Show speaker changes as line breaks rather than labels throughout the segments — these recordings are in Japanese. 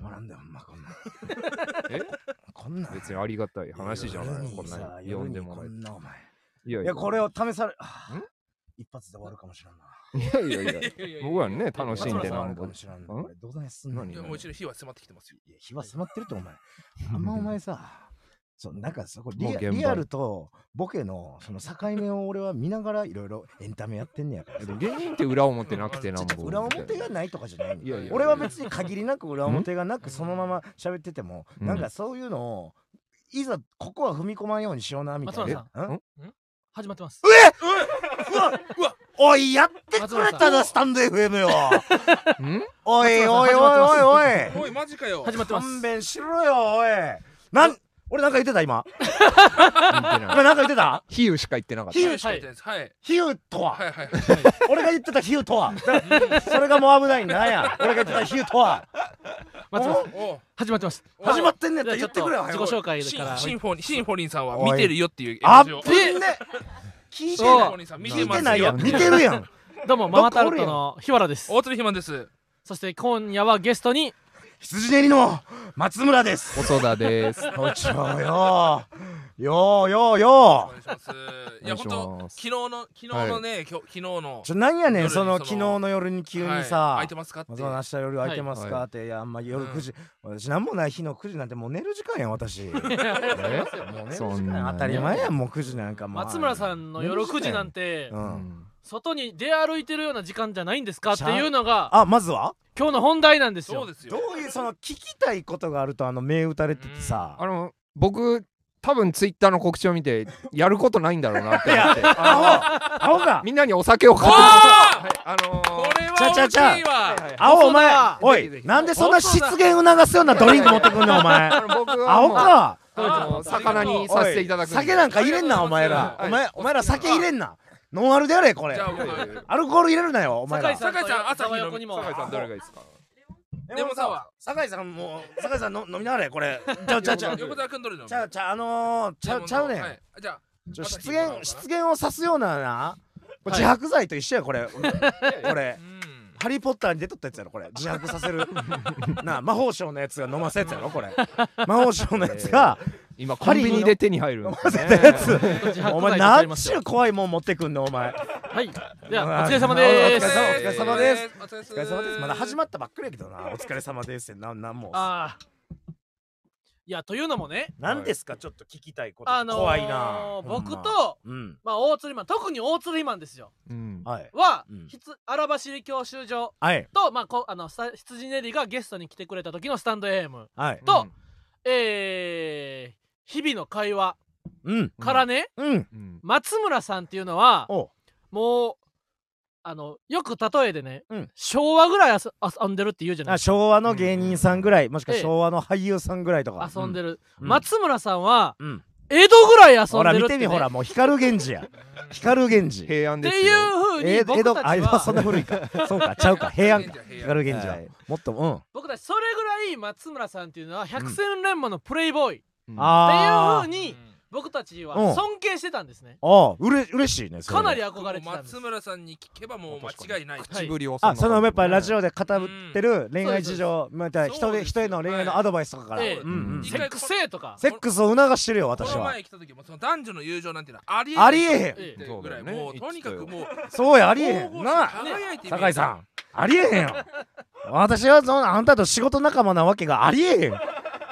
まらんだよ、ほんま、こんな。
え
こんな。
別にありがたい話じゃ
夜
ない。
に
こん
さ
な
夜
読んで
に
も
こ
らえて
んな、お前。
いや
いや、これを試され、
ん
一発で終わるかもしれんな。
いやいやいや。僕はね、楽し
松
ん
村
で
さん
な
あ
ん
るか
ぼ
も。しれんこれどうだねすんの
何
いやもう一度火は迫ってきてますよ。
いや、日は迫ってると、お前。あんまお前さ、そうなんかそこリ
もう
ア
現場
リアルとボケのその境目を俺は見ながらいろいろエンタメやってんねやから
え
さ
でも芸人って裏表なくてなん
ちょ
ぼ。
っ
裏表がないとかじゃないの
いやいや
俺は別に限りなく裏表がなくそのまま喋ってても、
うん
なんかそういうのをいざここは踏み込まんようにしようなみたいな
松。
うん
ん
始まってます。
うわうわ
おいやってく
松
れ
村さん
たなスタンド FM よ
うん
おいおいおい
松村
おい
さん
おい
おい、マジかよ。
始まってます。
勘弁しろよおいなん俺なんか言ってた今
言ってな
今
い
なんか言ってた
比喩しか言ってなかった
火。をしか言ってないです。はい。
比喩とは
はいはいはい。
俺が言ってた比喩とはそれがもう危ないんだや俺が言ってた比喩とは
松村さん
おう
始まってます。
おう
始まってんねんっ
じ
て言
ゃあちょ
っ
ってと
くれよ
自
早
己
く
紹介
シ
だから
ン。シンフォニー、シンフォニーさんは
おい
見てるよっていう絵
あ
文
っ
字を。
ぶね聞いて
シン
な
フ
い
ォニーさん見
聞
て
い
ま
て
す
ないや
よ
ん。似てるやん
どうも、ママタルトの日原です。
大鳥ひまんです。
そして今夜はゲストに、
羊練りの松村 です
細田です。
おちょよよーよーよ
お願いします。い
お願
や、
いし
本当
ます
昨日の、昨日のね、きょ昨日の
ー。ちょなんやねん
夜に
その
その
昨日の夜に急にさ、
はい空いてますかって。
松村明日夜空いてますか
はい
って、いや、あんま夜
うん
9時、私なんもない日の9時なんてもう寝る時間やん、私。もう寝る
え
時
そん
間
な
当たり前やん、もう9時なんか。まあ
松村さんの夜9時なん。て
う、。
うんん
外に出歩いてるような時間じゃないんですかっていうのが、
あ、まずは
今日の本題なんです
そう
よ。
です
ど
よ。
ういう、その聞きたいことがあると、あの、目打たれててさ
あ。の僕多分ツイッターの告知を見てやることないんだろうなっ て思って。
あ青が
みんなにお酒を買って
おー
はいあの
こ
ー
ちゃ
れ
ち
は
ゃちゃ
大きいわ。
青お前
細田
お
ぜひぜ
い
ひ
なんでそんな失言促すようなドリンク持ってくんねんお前
あの僕は
青
もう
か
あの魚にさせていただくんで
酒なんか入れんな
はい
お前ら
はい
お前お前ら酒入れんなノンアルでやれこれ
じゃあ、
いやいやいや
アルコール入れるなよお前
酒井
ら
さんと
酒井さん朝日の
横にも
酒井さん誰がいいですか
レモンサワ
酒井さんもう酒井さんの飲みながらやこれちゃうちゃうちゃう
横澤くんどれの
ちゃうちゃうあのーちゃうちゃうねん
はいじゃあ、
ちょ
また
失
聞いてもらおう
言
かな
失言を指すようななこれ
は
自
い
白剤と一緒やこれこれ
うん。
ハリー・ポッターに出とったやつやろこれ自白させるなあ魔法省のやつが飲ませたやつやろこれ魔法省のやつが
今コンビニで手に入るんですね
お前何ちゅう怖いもん持ってくんのお前
はい。では、お疲れ様でーす
お。疲れ様です
お疲れ様です。
お疲れ様ですまだ始
ま
まったばっかりやけどなお疲れ様ですってなんなんも
あーいや、というのもね、
何ですかちょっと聞きたいこと
あのー
怖いなほん
僕
ま
と、
うん
まあ、大鶴マン、特に大鶴マンですよ。
うん
はい
は、
うん
ひつ荒走教習所
はい
と、まあ、こあのさ羊ネリがゲストに来てくれた時のスタンド AM
はい
とえー、日々の会話
うん
からね、
うん
うん
松村さんっていうのは
お
もうあのよく例えでね、
うん
昭和ぐらい遊遊んでるって言うじゃない
あ
ですか
昭和の芸人さんぐらいもしくは
ええ
昭和の俳優さんぐらいとか
遊んでる、
うん
松村さんは
うん
江戸ぐらい遊ん
ほら
で
見
るってて、
み
ね、
ほらもう光源 氏や光源氏
平安
って
です
い
よ
うふう
え
に
ー江戸
僕た
あ
ち
江戸はそん
は
な古いかそうかちゃう か平安か
平安。
光源氏は
はい
もっとうん
僕たちそれぐらい松村さんっていうのは百戦錬磨のプレイボーイ、
うん
あ
っていうふ
ー
うに僕たち
うん
は尊敬してたんですね、
あーうれ嬉しいねそれ
か
は
なり憧
憧
れ
れ
てたんです
松村さんに聞けばもう間違いない。
口ぶりを
あそのやっぱラジ
オ
オで語ってる恋愛事情また人
そう
で
です
人への恋愛のアドバイスとかから、
ええ
うんうん
一
セ
回
ックス性とか
セックスを促してるよ
こ
私
の
は
前来た時もその男女の友情なんていうのはありえ
ありえへん
っていうぐらいもうとにかくもう
そうやありえへ
神
ん
々し
ない
輝いて見える
酒井さんありえへんよ私はそのあんたと仕事仲間なわけがありえへん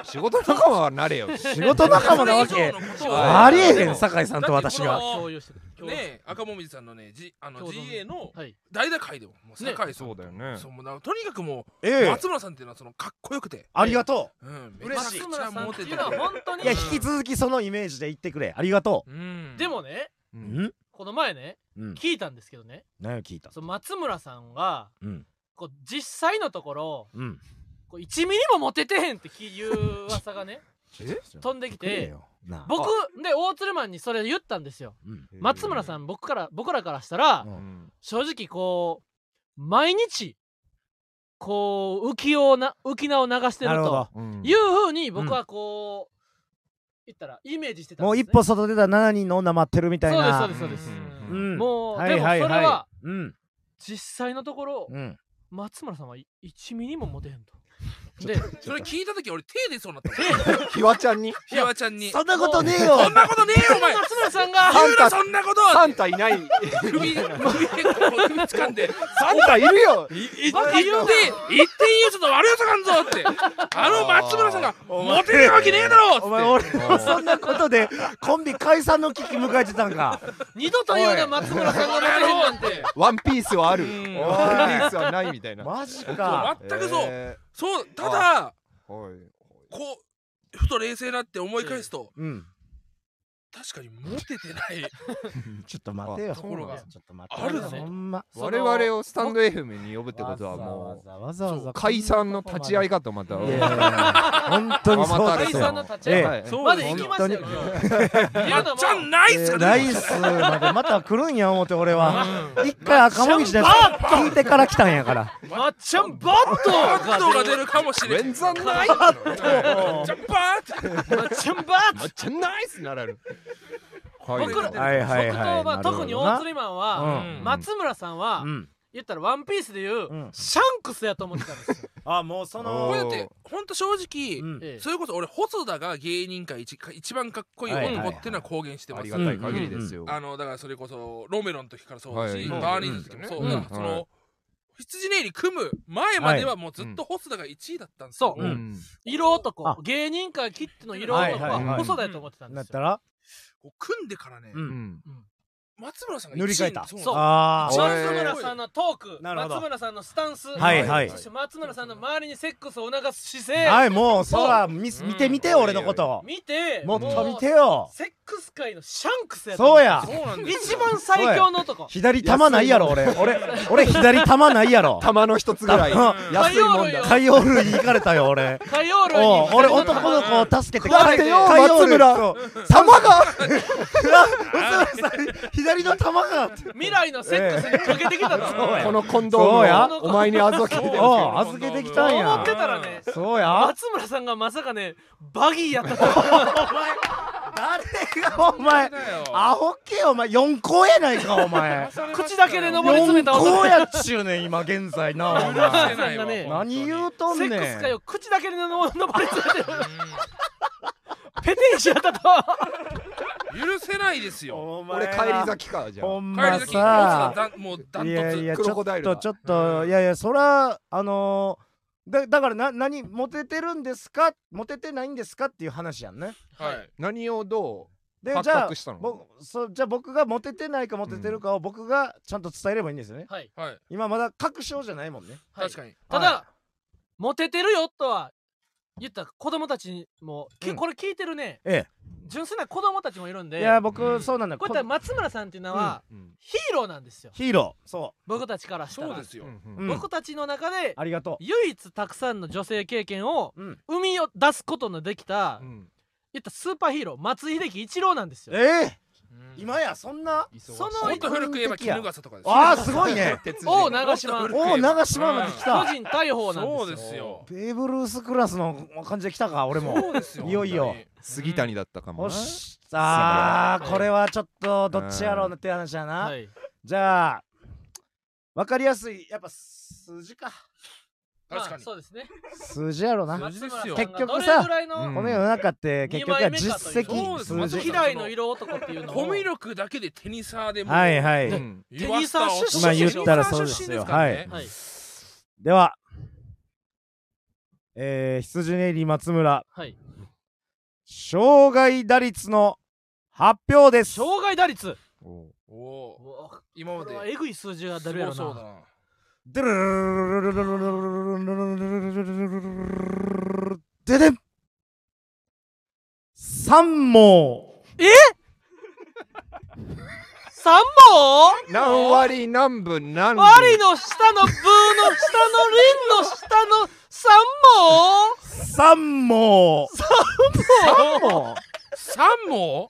仕事仲間はなれよ
仕事仲間なわけありえへん酒井さんと私
だ
が
って
共有してる
ねえ赤もみじさんのねじあの
共同
GA の
はい
大打会でももう酒井さん、
そうだよね
そうもうなとにかくも
え
う、
え
松村さんっていうのはそのかっこよくて、
ありがと
うん、
嬉しい
松
めちゃくち
村さ
ゃ
ん
モ
って
テ
い
て
うのは
る
本当
う
に
いや引き続きそのイメージで言ってくれありがと
うん
でもね
う
ううんん
この前ね
うん
聞いたんですけどね
何を聞いた
その松村さんは
うん
こう実際のところ
うん
こう1ミリもモテてへんっていう噂がね
え
飛んでき
くれ
て
よ なあ
僕で大鶴マンにそれ言ったんですよ
うん
松村さん僕から僕らからしたら
うん
うん
正直こう毎日こう浮きをな浮き名を流してる
なるほ
と
ど
うん
いうふうに僕はこう、言ったらイメージしてたんです、ね、
もう一歩外出た7人の女待ってるみたいな
そうですそうですそうです、
うん
うん
もう、
はい
でもそ
はい
れ
はい
は
うん
実際のところ
うん
松村さんは1ミリもモテへんとで
それ聞いた時俺手出そうになった
ひわちゃんに
ひわちゃんに
そんなことねえよ
そんなことねえよお前
松村さんが
言うなそんなこと
サンタい ない
首首でこう首掴んで
サンタいるよ
言って言っていいよちょっと悪いやつなんぞってあの松村さんがモテるわけねえだろっつ
お
っ
前
て
俺もそんなことでコンビ解散の危機迎えてたんか
二度と言うな松村さんが出てへんなんて
ワンピースはあるワン
ん
ピースはないみたいな
マジか
全くそう、
え
そうただ
ーおい
こうふと冷静になって思い返すと、
うん
確かにモテてない
ちょっと待てよ
ところが
ちょっと待てよ
あるぞ
ほんま
そ
我
の
々をスタンド FM に呼ぶってことはも
わざわざわざわざ
う解散の立ち会い方また
いやいやいや本当にそう
あ
で
解
す
散
よ
の立ち会い
え
はい
そう
まで行きましたよ嫌なも
じゃあ
ん
ナイ
え
ス
ー
が
ラ
出て
イ
きた
スまでまた来るんや思って俺は一回赤もみじで聞いてから来たんやから
まっちゃんバッ
バッ
ト
ト
が
が
出
出
る
るかもしれ
ウ
な
ェン
い
ザンナイ
じゃあバーって
まっちゃんバッ
めっちゃナイスならるはい
僕ら
は
はいはい
僕とま
は
あ
い
特に大釣りマンは
うん
松村さんは
うん
言ったらワンピースで言う
うん
シャンクスやと思ってたんですよ
あもうそ
こ
の
れだってほんと正直、
うん
ええ
それこそ俺細田が芸人界一一番かっこいい男っていうのは公言してま
あ
す、
りがたい限りですよ
あのだからそれこそロメロの時からそうだし、
はい
バーニーズの時もそう、
うん
だからその、
はい
羊ネイリ組む前まではもうずっと細田が1位だったんですよ、
そう
うん
色男
あ
芸人界きっての色男
はいはい
は
はい
細田やと思ってたん
なっ
ですよ
たら
こう組んでからね、
うん
うん
松村さんが1位
塗り替えた
そう
そう
あ
松
ー
村さんのトーク
なるほど
松村さんのスタンス
はいはい
そして松村さんの周りにセックスを促す姿勢、
はいもうそら見す
うん
見て見て俺のこと
見て
もっと見て
もう
よ
セックス界のシャンクスやと思
そうや
そうなんです
一
よ
番最強の男
左玉ないやろ俺俺俺左玉ないやろ
玉の一つぐら い
うん
安いもんだ
海洋類に行かれたよ俺
火曜ル
おう
に
俺男の子を助けてくれ
待ってよ
海洋類
松村
そう
玉 が
松村さん左の玉がって
未来のセックスにかけてきたの、
そうや
このコンドーム
そうや
をお前に預けて
そう
る
おう預けてきたんや
思ってたらね
そうや
松村さんがまさかねバギーやったとは
誰がお前
だよ
アホけよお前四校やないかお前
口だけで登り詰
四
めた男
校やっちゅうねん今現在なお
許
前
せないわ
松村さんがね
何言うとん
セ
ねん
ックス界を口だけで登り詰めてるペテン師やったとは
許せないですよ
お前
俺帰り咲きかじゃ
ほ
あ
ん
帰り
ま
先細
さ
田だもうダン
い
ト
やい
ツ
や
ク
ち
ロ
ょ
コ
っ
ダイル
と
だ
ちょっといやいやそらあのーだだからな何モテてるんですかモテてないんですかっていう話やんね
はい
何をど
で
発
じゃあ
覚したの
僕そうじゃあ僕がモテてないかモテてるかを僕がちゃんと伝えればいいんですよね、
はい、
はい
今まだ確証じゃないもんね
はい
確かに
ただ、
は
モテてるよとは言った子供たちにも、き
うん
これ聞いてるね、
え
純粋な子供たちもいるんで
いや
う
僕
ん
そうなんだ
こういった松村さんっていうのは、
う、うん
ヒーローなんですよ
ヒーローそ
僕たちからしたら
そうですよ、
う、うん
僕たちの中で
ありがと
唯一たくさんの女性経験を
う、うん、
生みを出すことのできた、
うん
言ったスーパーヒーロー松井秀喜一郎なんです
え
よ
ー、
うん
今やそんな
忙しい
その
もっと古く言えば衣笠とかですよ
あーすごいね
鉄人
を長島
うん
おお長島まで来
巨
た
人大砲なんですよ
そうですよ
ベーブ・ルースクラスの感じで来たか俺も
そうですよ
いよいよ
杉谷だったかも
お
な
しあー
はい
これはちょっとどっちやろうなっていう話やな、
はい、
じゃあわかりやすいやっぱ数字か
確か
まあ
に
そうですね
数字やろな
数字ですよ
松村さ
結
んが
局
ど
さ
れぐらいの、
うん
この世の中って結局は実
枚目
二
か
績
という
数
そうです
字
希代の色男っていうの
コ
を
ミュ力だけでテニサーでもう
はいは
う
い
ん
言わせた
テニサー出身
まあ言ったらそうです
テニサー出身
よ
から
は
ね
い
はい
ではえー羊ネイリー松村
はい
障害打率の発表です
障害打率
おう
おお今ま
こ
で
れはえぐい数字が出るやろ
すごそうだ
な
ででん三毛
三毛
何割何分何厘
割の下のブーの下の輪の下の三
三毛
毛
も
三毛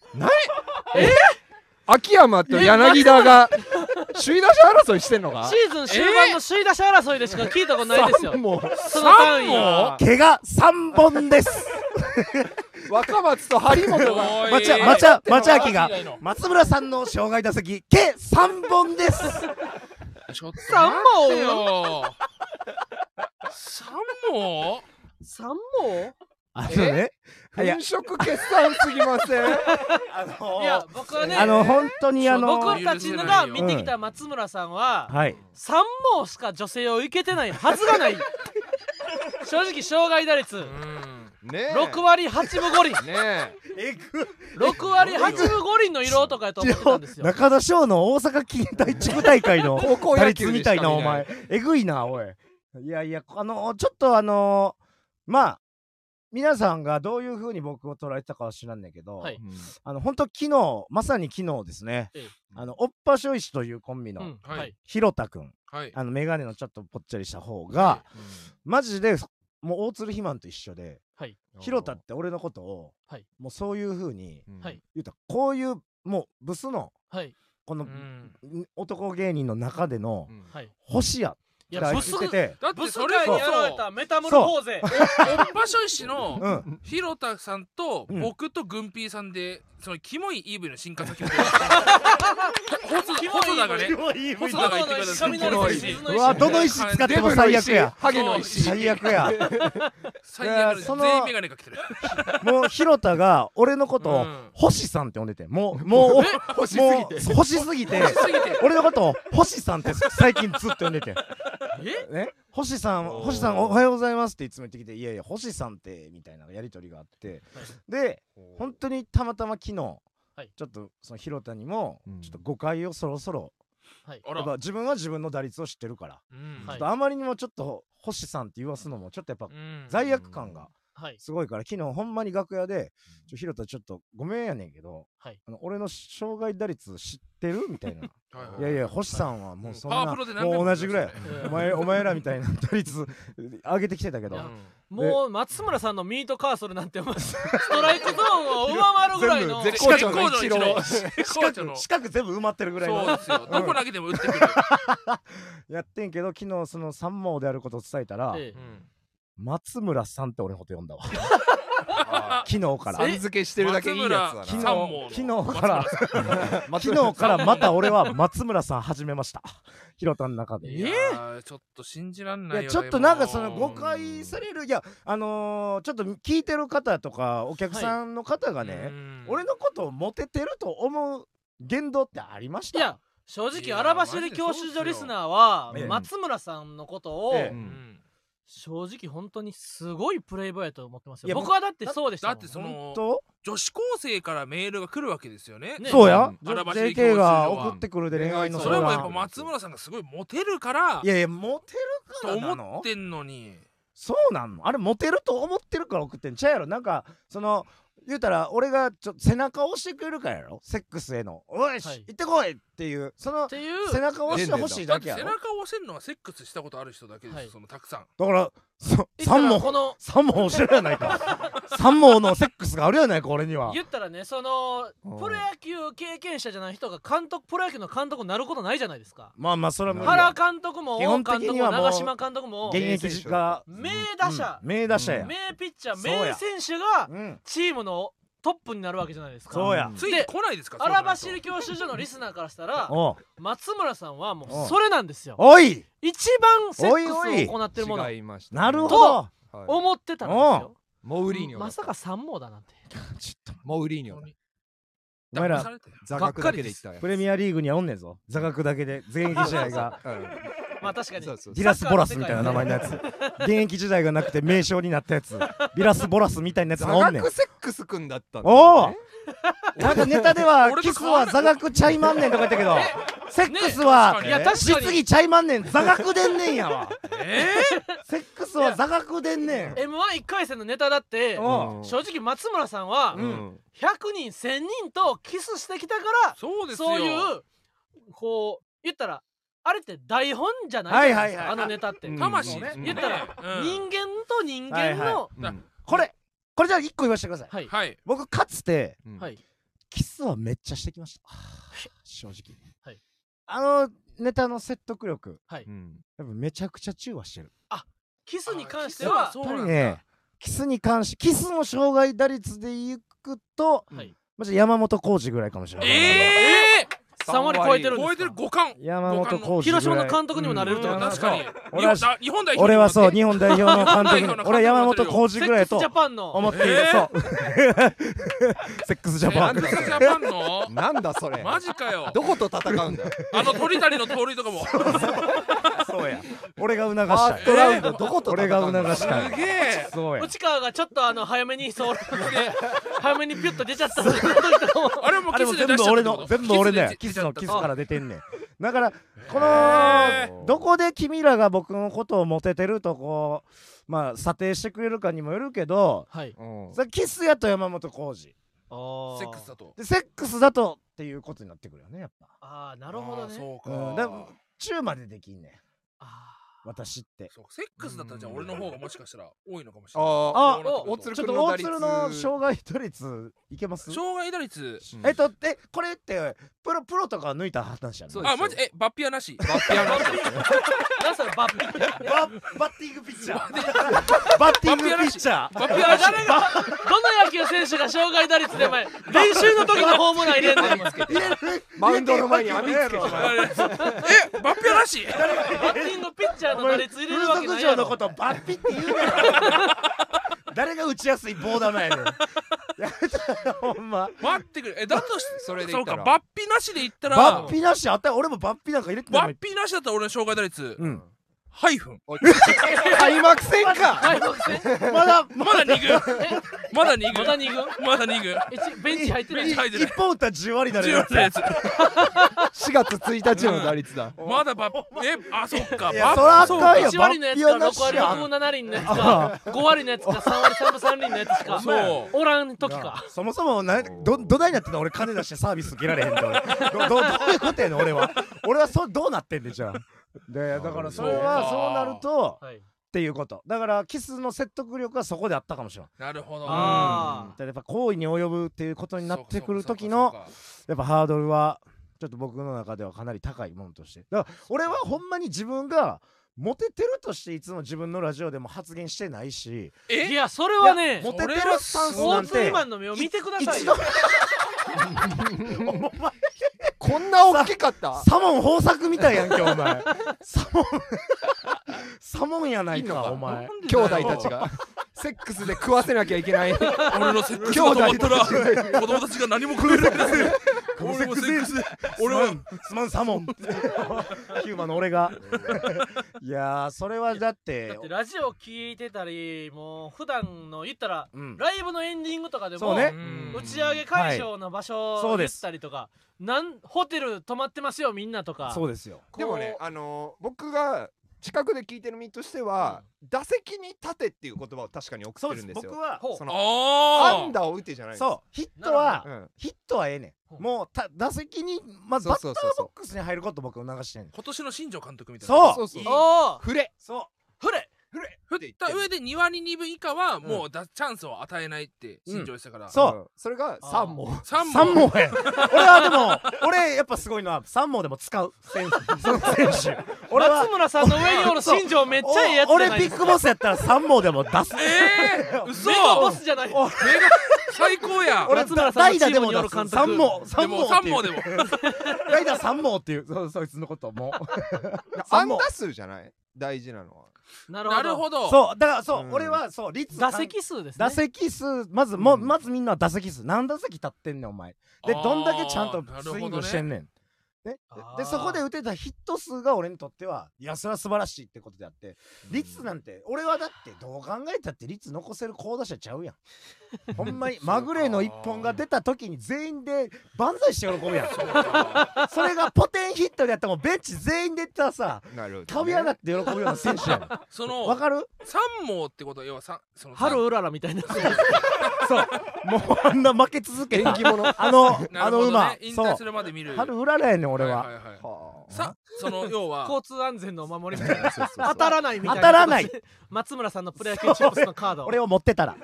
秋山と柳田が首位打者争いしてんの か
シーズン終盤の首位打者争いでしか聞いたことないですよ
もう
その単位は
う毛が三本です
若松と張本が
おい
まちゃまちゃまちゃきが松村さんの障害打席計3本です
ちょっと
三
待って
毛
よ三毛
三毛
あのねいや
粉飾決算すぎませ ん
あの
いや僕はね
あの本当にあ
そう
の
僕たちのが見てきた松村さんは
はい
三毛しか女性をいけてないはずがない正直障害打率
うん
ねえ
6割8分5厘
ねえ
えぐ
6割8分5厘の色男やと思ってたんですよ
中田翔の大阪近代地区大会の
高校
打
野
率
球
み
でしたか
いなお
見
前えぐいなおいいやいやあのちょっとあのまあ皆さんがどういうふうに僕を捉えてたかは知らんねんけど、
はい
あの本当昨日まさに昨日ですね、
ええ
あのおっぱしょいしというコンビ
う
の
んはい
ひろたくん
はい
あの眼鏡のちょっとぽっちゃりした方が、マジでもう大鶴ひまんと一緒で
はい
ひろたって俺のことを、
はい
もうそういうふうに
うん
はい
言うたらこういうもうブスの
はい
こ
う
の
ん
男芸人の中での
うん
はい
星や
いやブス
言ってて
だっ
ブ
て
ス
そ
か
れ
い
こ
に
そ
やられたメタモルフォーゼ
おっぱしょいしの
うん
広田さんと
うん
僕とグンピーさんでそのキモい EV の進化先を 細
キモい EV
細田がね細田が言ってくれた
細田の
う
石神の石
うわどの石使っても最悪や
ハゲの石
最悪や
最悪
いや
です
そ
全
の
員メガネかけてる
もう広田が俺のこと
う
を
ん
星さんって呼んでてもうもうも
欲しすぎて
う星すぎて
すぎて
俺のことを星さんって最近ずっと呼んでてね星さん
おー
星さんおはようございますっていつも言ってきていやいや星さんってみたいなやり取りがあってで本当にたまたま昨日
はい
ちょっとその広田にも
うん
ちょっと誤解をそろそろ
はい
あ
やっ
ら
ぱ自分は自分の打率を知ってるから
うん
ち
はい
ょっとあまりにもちょっと星さんって言わすのもちょっとやっぱ
うん
罪悪感が
はい
すごいから昨日ほんまに楽屋で「ちょひろたちょっとごめんやねんけど、
はい
あの俺の障害打率知ってる?」みたいな「
はいはい
いやいや星さんはもうそん
パ
な
ワプロで何回
もう同じぐらい
言って
お前お前らみたいな打率上げてきてたけど
いや
ま
もう松村さんのミートカーソルなんてもう ストライクゾーンを上回るぐらいの
全部
したね
絶好調の一郎
絶
四
好調の
角
一
四角全部埋まってるぐらい
郎そう
の
ですよどこ投げても打ってくる
やってんけど昨日その三毛であることを伝えたら、
ええ
松村さんって俺のこと呼んだわ 昨日から
さん付けしてるだけいいやつ
昨
だ
日
な
三毛
昨
の
日から
松
昨
村
日からまた俺は松村さん始めましたひろたの中で
え
いやーちょっと信じらん
い
ないよ
やちょっとなんかその誤解されるいやあのーちょっと聞いてる方とかお客さんの方が
た
ね、俺のことをモテてると思う言動ってありまし
い
た
や正
い
直
や
荒走り教習所リスナーは
マジでそうっすよ
松村さんのことを
ええ
正直本当にすごいプレイボーイやと思ってます
いや
よ僕はだってそうでしたもん
だってその
本当
女子高生からメールが来るわけですよね
ね
そうや、
うん荒走り教
JK
室の
が
は
送ってくるで恋愛の
それもやっ
相
ぱ
談
松村さんがすごいモテるから
いやいやモテるか
と
らな
思
の
ってんのに
そうなんのあれモテると思ってるから送ってんちゃうやろなんかその言うたら俺がちょ背中を押してくれるからやろセックスへの「おいし、
はい
行ってこい!」っていうその
っていう
背中を押してほしい
だっ
だけ
て
や
背
ろ
中を押せるのはセックスしたことある人だけです、
はい
そのたくさん
だからそ
言った
三
ら
問
この
三問教えるやないか 三問のセックスがあるやないか俺には
言ったらねその
うん
プロ野球経験者じゃない人が監督プロ野球の監督になることないじゃないですか
まあまあそれは無理や
原監督も
基
王
本
監
的
督
には
も
もう
長嶋監督も
現役が
名打者
うん名打者や、
名ピッチャー
そうや
名選手が
うん、
チームのトップになるわけじゃないですか
そうや
ついてこないですか
荒走り
り
教習所のリスナーからしたら
おう
松村さんはも
お
うそれなんですよ
おい
一番セッ
おいお
ク
い
スを行ってるもの
違いましたね
なるほど
はい
思ってたんですよ
モウリーニョだ
まさか三毛だなんて
ちょっと
モウリーニョだ
お前ら
座学だけで言ったやつ
プレミアリーグにはおんねんぞ座学だけで現 役時代が
うん
まあ確かに
そうそう
ビラスボラスみたいな名前のやつ現役時代がなくて名称になったやつビラスボラスみたいなやつ
座
がおんねん
学セックスくんだったんだ
お
ね
うなんかネタで は
俺
キ
と
ス
変わら
は
ん
座学ちゃいまんねんとか言ったけどセックスはい
いや確か
実
に
技ちゃいまんねん座学でんねんや わ
え
セックスは座学でんねん
m 1 1回戦のネタだって
お
うん
正直松村さんは
うん
100人1000人とキスしてきたか
ーそう
ら
ですよ
そういうこう言ったらあれって台本じゃないじゃないです
はいは
かあ
いはい
のネタって
うん
人
魂、
うん
ね
言ったら
うん
間と人間
はいは
の
うんうん
これこれじゃあ一個言わせてください
はい
はい
僕かつて
うん
はい
キスはめっちゃしてきま した正直、
はい
あのネタの説得力
うん
やっぱめちゃくちゃ中和してる
キスに関して
あ
は
キス
や
そ
っ
う
ぱ
なん
り
だ
ねキスに関してキスの障害打率でいくと
はい
まじ山本浩二ぐらいかもしれない、
ええ
3割超えてるんですか
超えてる五冠
山本浩二
広島の監督にもなれるってこと
うん
なん
確
ですか
かに
俺
日
は
本だ日本代表
俺はそう
に
日本代表の監督
日本代表の監督
に俺は山本浩
セ
二
ッ
ぐらい
ク
や
ス
と
ジャパンの
思っている、
えー
そう セックスジャ
も
パ
ア
ン、
ンデスジャパンの
なんだそれ
マジかよ
どこと戦うんだよ
あの鳥谷の盗塁とかも
そうや俺が促
フ
し
ァー
た
ス
い
トラウンドどこと戦
俺
うんだよ
が促し
す
たい
げえ
そうや
内川がちょっとあの早めにそう早めにピュッと出ちゃった時とかも
あれも
あ
キ
れも
スで
全部
出しちゃった
俺
ってこ
の
と
全部俺だよ
キ
キ
ス
ス
で出
の
ち
キ
ゃ
ス
った
から出てんねんだからこ
へ
のどこで君らが僕のことをモテてるとこうまあ査定してくれるかにもよるけど
はい
うん
それキスやと山本浩二
あー
セックスだと
でセックスだとっていうことになってくるよねやっぱ
あーなるほど
あー
ね
そう
うんだ
か
中までできんねん
あ
私って
そうセックスだったらじゃあ俺の方がもしかしたら多いのかもしれない
あ
そうなってくると
おおつる
ちょっ
くん
と
の
大
打率
鶴の障害打率いけます
障害打率
うん
えっとえこれってプロプロとか抜いた話やね
そうです
あマジえバッピアなし
バッピアノ
ーなんすかバッピ
ババッティングピッチャーバッティングピッチャー
バッピアなし
誰がどの野球選手が障害打率で前練習の時のホームラン入れんねんバッ
入れる
マウンドの前に網つけてもらう
えバッピアなし
ティングピッチャー
お
の打
前
率入れるわ
風
けな
俗
いや
嬢のこ
ろ
とバッピって言うなよ誰が打ちやすい棒玉やねんやめたらほんま
待ってくれえだとし
それで
そ
言っ
う
た
からバッピなしで言ったら
バッピなしあった俺もバッピなんか入れて
バ
な
ッ
い
ピなしだったら俺の障害打率
うん
ハイフン
おい開幕戦か
開幕戦
まだ
まだ2軍まだ2
まだ
軍
2軍
まだ2軍
えちベンチ入ってない
入ってない
一本打ったら10割だね
強いやつ
4月1日の打率だ
まだバッえあそっか
いや
バ
そらあ
ッ
か
そ
ん
う
よ
か
1割のやつか
バッ
6
ピアなし
割
や
6分7厘のやつか5割のやつか3割3分3厘のやつしか
そう
おらん時か
そもそもなどどないなってんの俺金出してサービス受けられへんとどどどういうことやねん俺は俺はそうどうなってんでじゃあでだからそれは
そう
そう
か
なるとっ
はい
ていうことだからキスの説得力はそこであったかもしれない
なるほど
あ
やっぱ行為に及ぶっていうことになってくる時
そう
の
かそうかそう
やっぱハードルはちょっと僕の中ではかなり高いものとしてだから俺はほんまに自分がモテてるとしていつも自分のラジオでも発言してないし
かえ
いやそれはいね
やモテてるスタンスな
大
ん
津
て
マンの目を見てください
一
よ
度お前
こんな大きかった
サモン豊作みたいやんけお前サモンサモンやないかお前
兄弟たちがセックスで食わせなきゃいけない
俺のセックスだと思ったら子供たちが何も食えるんだ ぜ俺もセックス俺は
すまんサモ ンヒューマンの俺が いやーそれはだって
だってラジオ聞いてたりもう普段の言ったら
うん、
ライブのエンディングとかで
そう
も
ね
うん
打ち上げ会場の場
はい
所
そう
言
で
っ
す
たりとかなんホテル泊まってますよみんなとか
そうですよ
こう
でもねあのー僕が近くで聞いてる身としては、打席に立てっていう言葉を確かに送ってるんですよ
僕は
ほう
その
あ
アン
あ
ダーを打てじゃないんです
そうヒットは、
うん
ヒットはええね
ほうん
もうた打席にまず
そう
バッタ
そう
ー
そうそう
ボックスに入ることを僕を流してんねん
今年の新庄監督みたいな
そう
そうそう
おー
触れ
そ
フレ
触れ
振った上で2割2分以下はもうだ、チャンスを与えないって新庄したから、
そう
うんそれが
あー
3問
三
う
本
三毛やん 俺はでも俺やっぱすごいのは三毛でも使う選手 その選手俺は
松村さんの上におる新庄めっちゃええやつじゃな
俺
いで
ビ
す
ッ
か
グボスやったら三毛でも出す
えー、嘘
メガボスじゃない
お
最高や
俺
松村さん
代
のチ
打
ー
で
ム
も
による
出
監
す
督
三毛
で
三毛
も
っ
三
ていう
本でも
代打三毛っていうそそいつのことを もう
ア
三
ン
問
ダ数じゃない大事なのは
なるほ
な
ど
るほど
そうだからそう、
うん
俺はそう率
打席数ですね
打席数まずもう、
うん
まずみんな打席数何打席立ってんねんお前でどんだけちゃんとスイングしてん
ね
ねん。ね、
あー
でそこで打てたヒット数が俺にとってはいやそれは素晴らしいってことであって率なんて俺はだってどう考えたって率残せる好打者ちゃうや んほんまに
そうか
まぐれの一本が出た時に全員で万歳して喜ぶやん
そうか
それがポテンヒットでやったらもうベンチ全員でったらさ
なるほど
飛び上がって喜ぶような選手やん
そ の
わかる
三毛ってことは要はさその
春うららみたいな
そうもうあんな負け続けた
縁起 物は
あの、
な
あの
るほどね
馬、
引
そ
退す
う
るまで見る
春うららやねん俺は,、
いいい
あ
さその要は
交通安全のお守り みたいな
そうそうそう
当たらないみたいな
当たらない
松村さんのプロ野球チップスのカード
俺を持ってたら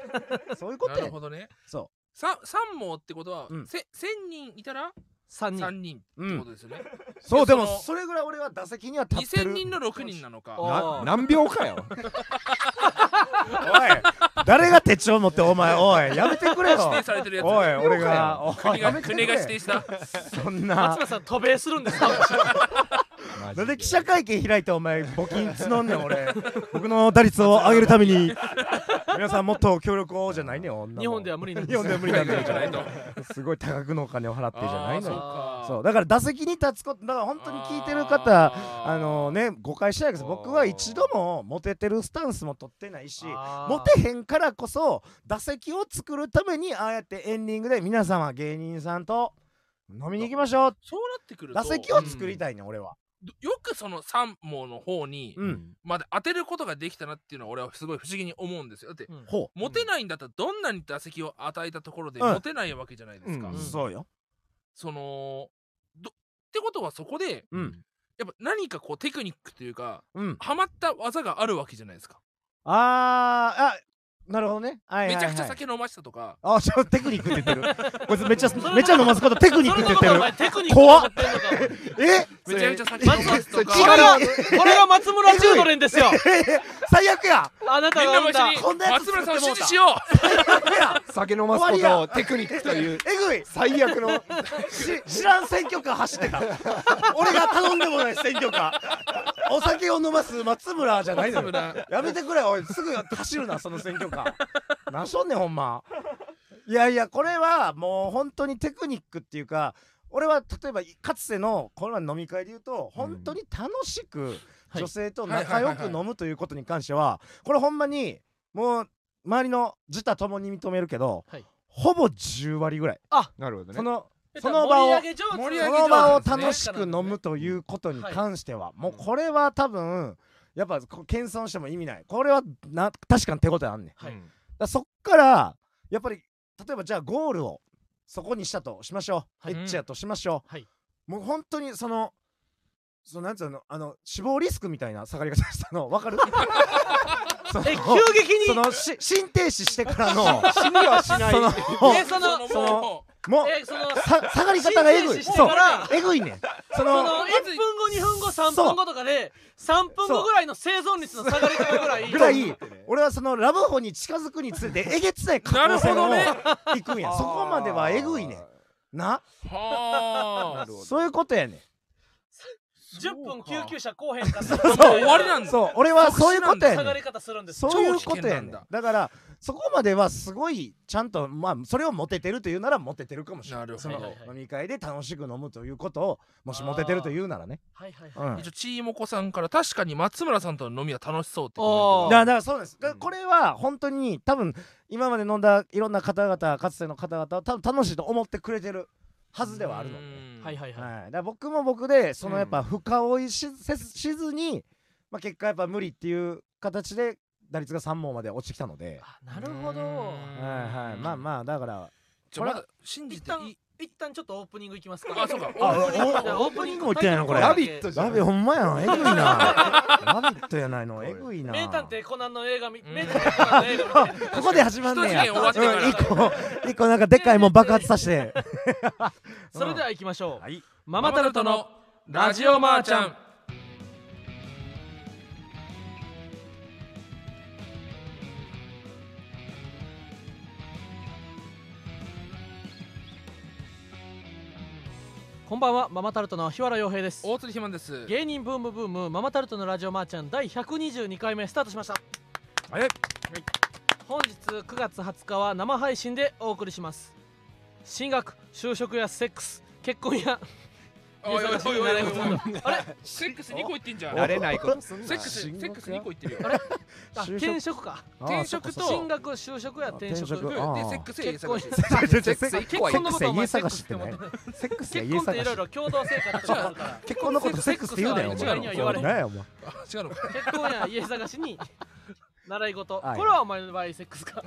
そういうこと
な
やねん
るほどね
そ
さ三毛ってことは、
うん
せ千人いたら
3人
三人ってことですよね、
うそうでも
その
それぐらい俺は打席には
二
立って
千
る
人の六人なのか
お
な何秒かよ
おい誰が手帳持ってお前おいやめてくれよ
指定されてるやつ
おい俺がおい
国
や
が
めてく
国
れ
が指定した
そんな
松村さん渡米するんで すか
なんで記者会見開いてお前募金募んねん俺僕の打率を上げるために皆さんもっと協力をじゃないねん女も
日本では無理なんです
日本では無理なんだよ
じゃないと
すごい多額のお金を払ってじゃないのよ
あー
そ
そうう
だから打席に立つことだから本当に聞いてる方あのね誤解しないです僕は一度もモテてるスタンスも取ってないしモ
モ
テへんからこそ打席を作るためにああやってエンディングで皆様芸人さんと飲みに行きましょう
そうなってくると
打席を作りたいね俺は
よくその三毛の方に
うん
まで当てることができたなっていうのは俺はすごい不思議に思うんですよだって
ほ
モテないんだったらどんなに打席を与えたところで
うん
モテないわけじゃないですか、
うん
う
うん
そうよ
そのどってことはそこで
うん
やっぱ何かこうテクニックというか
うん
ハマった技があるわけじゃないですか
あーあなるほどねはいはい
め
は
ち
い
ゃくちゃ酒飲ましたとか
あちょテクニックって言ってるこいつめっちゃめっちゃ飲ますことテクニックって言ってる
テクニック
怖っ
って言ってんのか
え
めちゃめちゃ酒飲
松
ましたと
それ
か
違
これがこれが松村柔道連 ですよ
最悪や
あなた
みんなも
が生ん
一
だ
緒に
こんなやつ
松村さんを支持しよ
最悪や
酒飲ますこ
終わ
とをテクニックと いう
えぐい
最悪の
し知らん選挙カー走 ってた俺が頼んでもない選挙カーお酒を飲ます松村じゃな
う
いの
松
よ
村
やめてくれおいすぐ走るなその選挙カーなしょんねんほんまいやいやこれはもう本当にテクニックっていうか俺は例えばかつてのこの前の飲み会で言うと本当に楽しく
はい
女性と
はい
仲良く飲むということに関してはこれほんまにもう周りの自他ともに認めるけど、
はい
ほぼ10割ぐらい、
なるほど
そ
ね
のその場を
盛り上げ上手
盛り
そ
上げ
の場を
上手ですね
楽しく飲むということに関しては、もうこれは多分やっぱこう謙遜しても意味ないこれはな確かに手応えあんねんだか
はい
らそっからやっぱり例えばじゃあゴールをそこにしたとしましょう、
はい
エッチやとしましょう、
はい
もう本当にそのそのなんつうのあの死亡リスクみたいな下がり方したの分か るその
え急激
そ
に
のし心停止してから の
死にはしない
その
えその
その
もう
もう
えその
さ下がり方がえぐい
心停止して
そう
から
えぐいねんそ
そ
の
の1分後2分後3分後とかで3分後ぐらいの生存率の下がり方ぐらい
ぐらい俺はそのラブホに近づくにつれてえげつない可能性を
なる
いくんやそこまではえぐいねんな
はあ
そういうことやねん
10分救急車来へんかっ
そ
た
う終わりなんだ
そう俺はそういうことや
下が
ねん
り方するんです
そういうことやね
超危険なんんだ
だからそこまではすごいちゃんとまあそれをモテてるというならモテてるかもしれな
ないるほ
そ
ど
の
はいはいはい
飲み会で楽しく飲むということをもしモテてるというならね
はいはいは
うん
一応チーモコさんから確かに松村さんとの飲みは楽しそうってコ
だ
メン
から
トが
だからそうですだからこれは本当に多分今まで飲んだいろんな方々かつての方々は多分楽しいと思ってくれてるはずではあるの
う
で
ん
いはいはいは
は
い
い、だから僕も僕でその
うん
やっぱ深追いしせずしずに、まあ、結果やっぱ無理っていう形で打率が3毛まで落ちてきたので、
あなるほど
はいはい、まあまあだから
じゃあまだ信じ
一
て
旦
いい
一旦ちょっとオープニングいきますか
あそうか
あお
じゃあ
お
オ
オー
ープ
プ
ニ
ニン
ング
グも言ってないのこれ
ラ
ラ
ビ
ビ
ットじゃん
ッほんまやなえぐいなラビットやないのえぐいな
名探偵コナンの映画み
うん
名探偵コナンの映画みたいな
ここで始まんねや
一次元終わってから
うん、一個一個なんかでっかいもん爆発させて
それでは行きましょう、
はい
ママタルトのラジオマーちゃんこんばんはママタルトの日原洋平です
大鶴ひまんです
芸人ブームブームママタルトのラジオマーちゃん第122回目スタートしました
あれ
本日9月20日は生配信でお送りします進学就職やセックス結婚や
おいおいおいおいおいおい
あれ
セックス2個いってんじゃん
慣れな いことすんな
セックスセ
深刻
ックス2個いってるよ
あ
就職
転職か
転職と
進学就職や転職
転職
で
あー
セックス家
結
探
婚
し
セックス1個は
結婚のことお前セ
セッ
ック
ク
ス
ス
っ
ってて
思って
ね
ない
セックスや家
結婚って
探
いろい
し
ろ共同生活とかあ るから
結婚のことセックスって言うなよお
セ
前
ックスは一概には言われへん
何やお前
違うのか
結婚や家探しに習い事
はい
これはお前の場合セックスか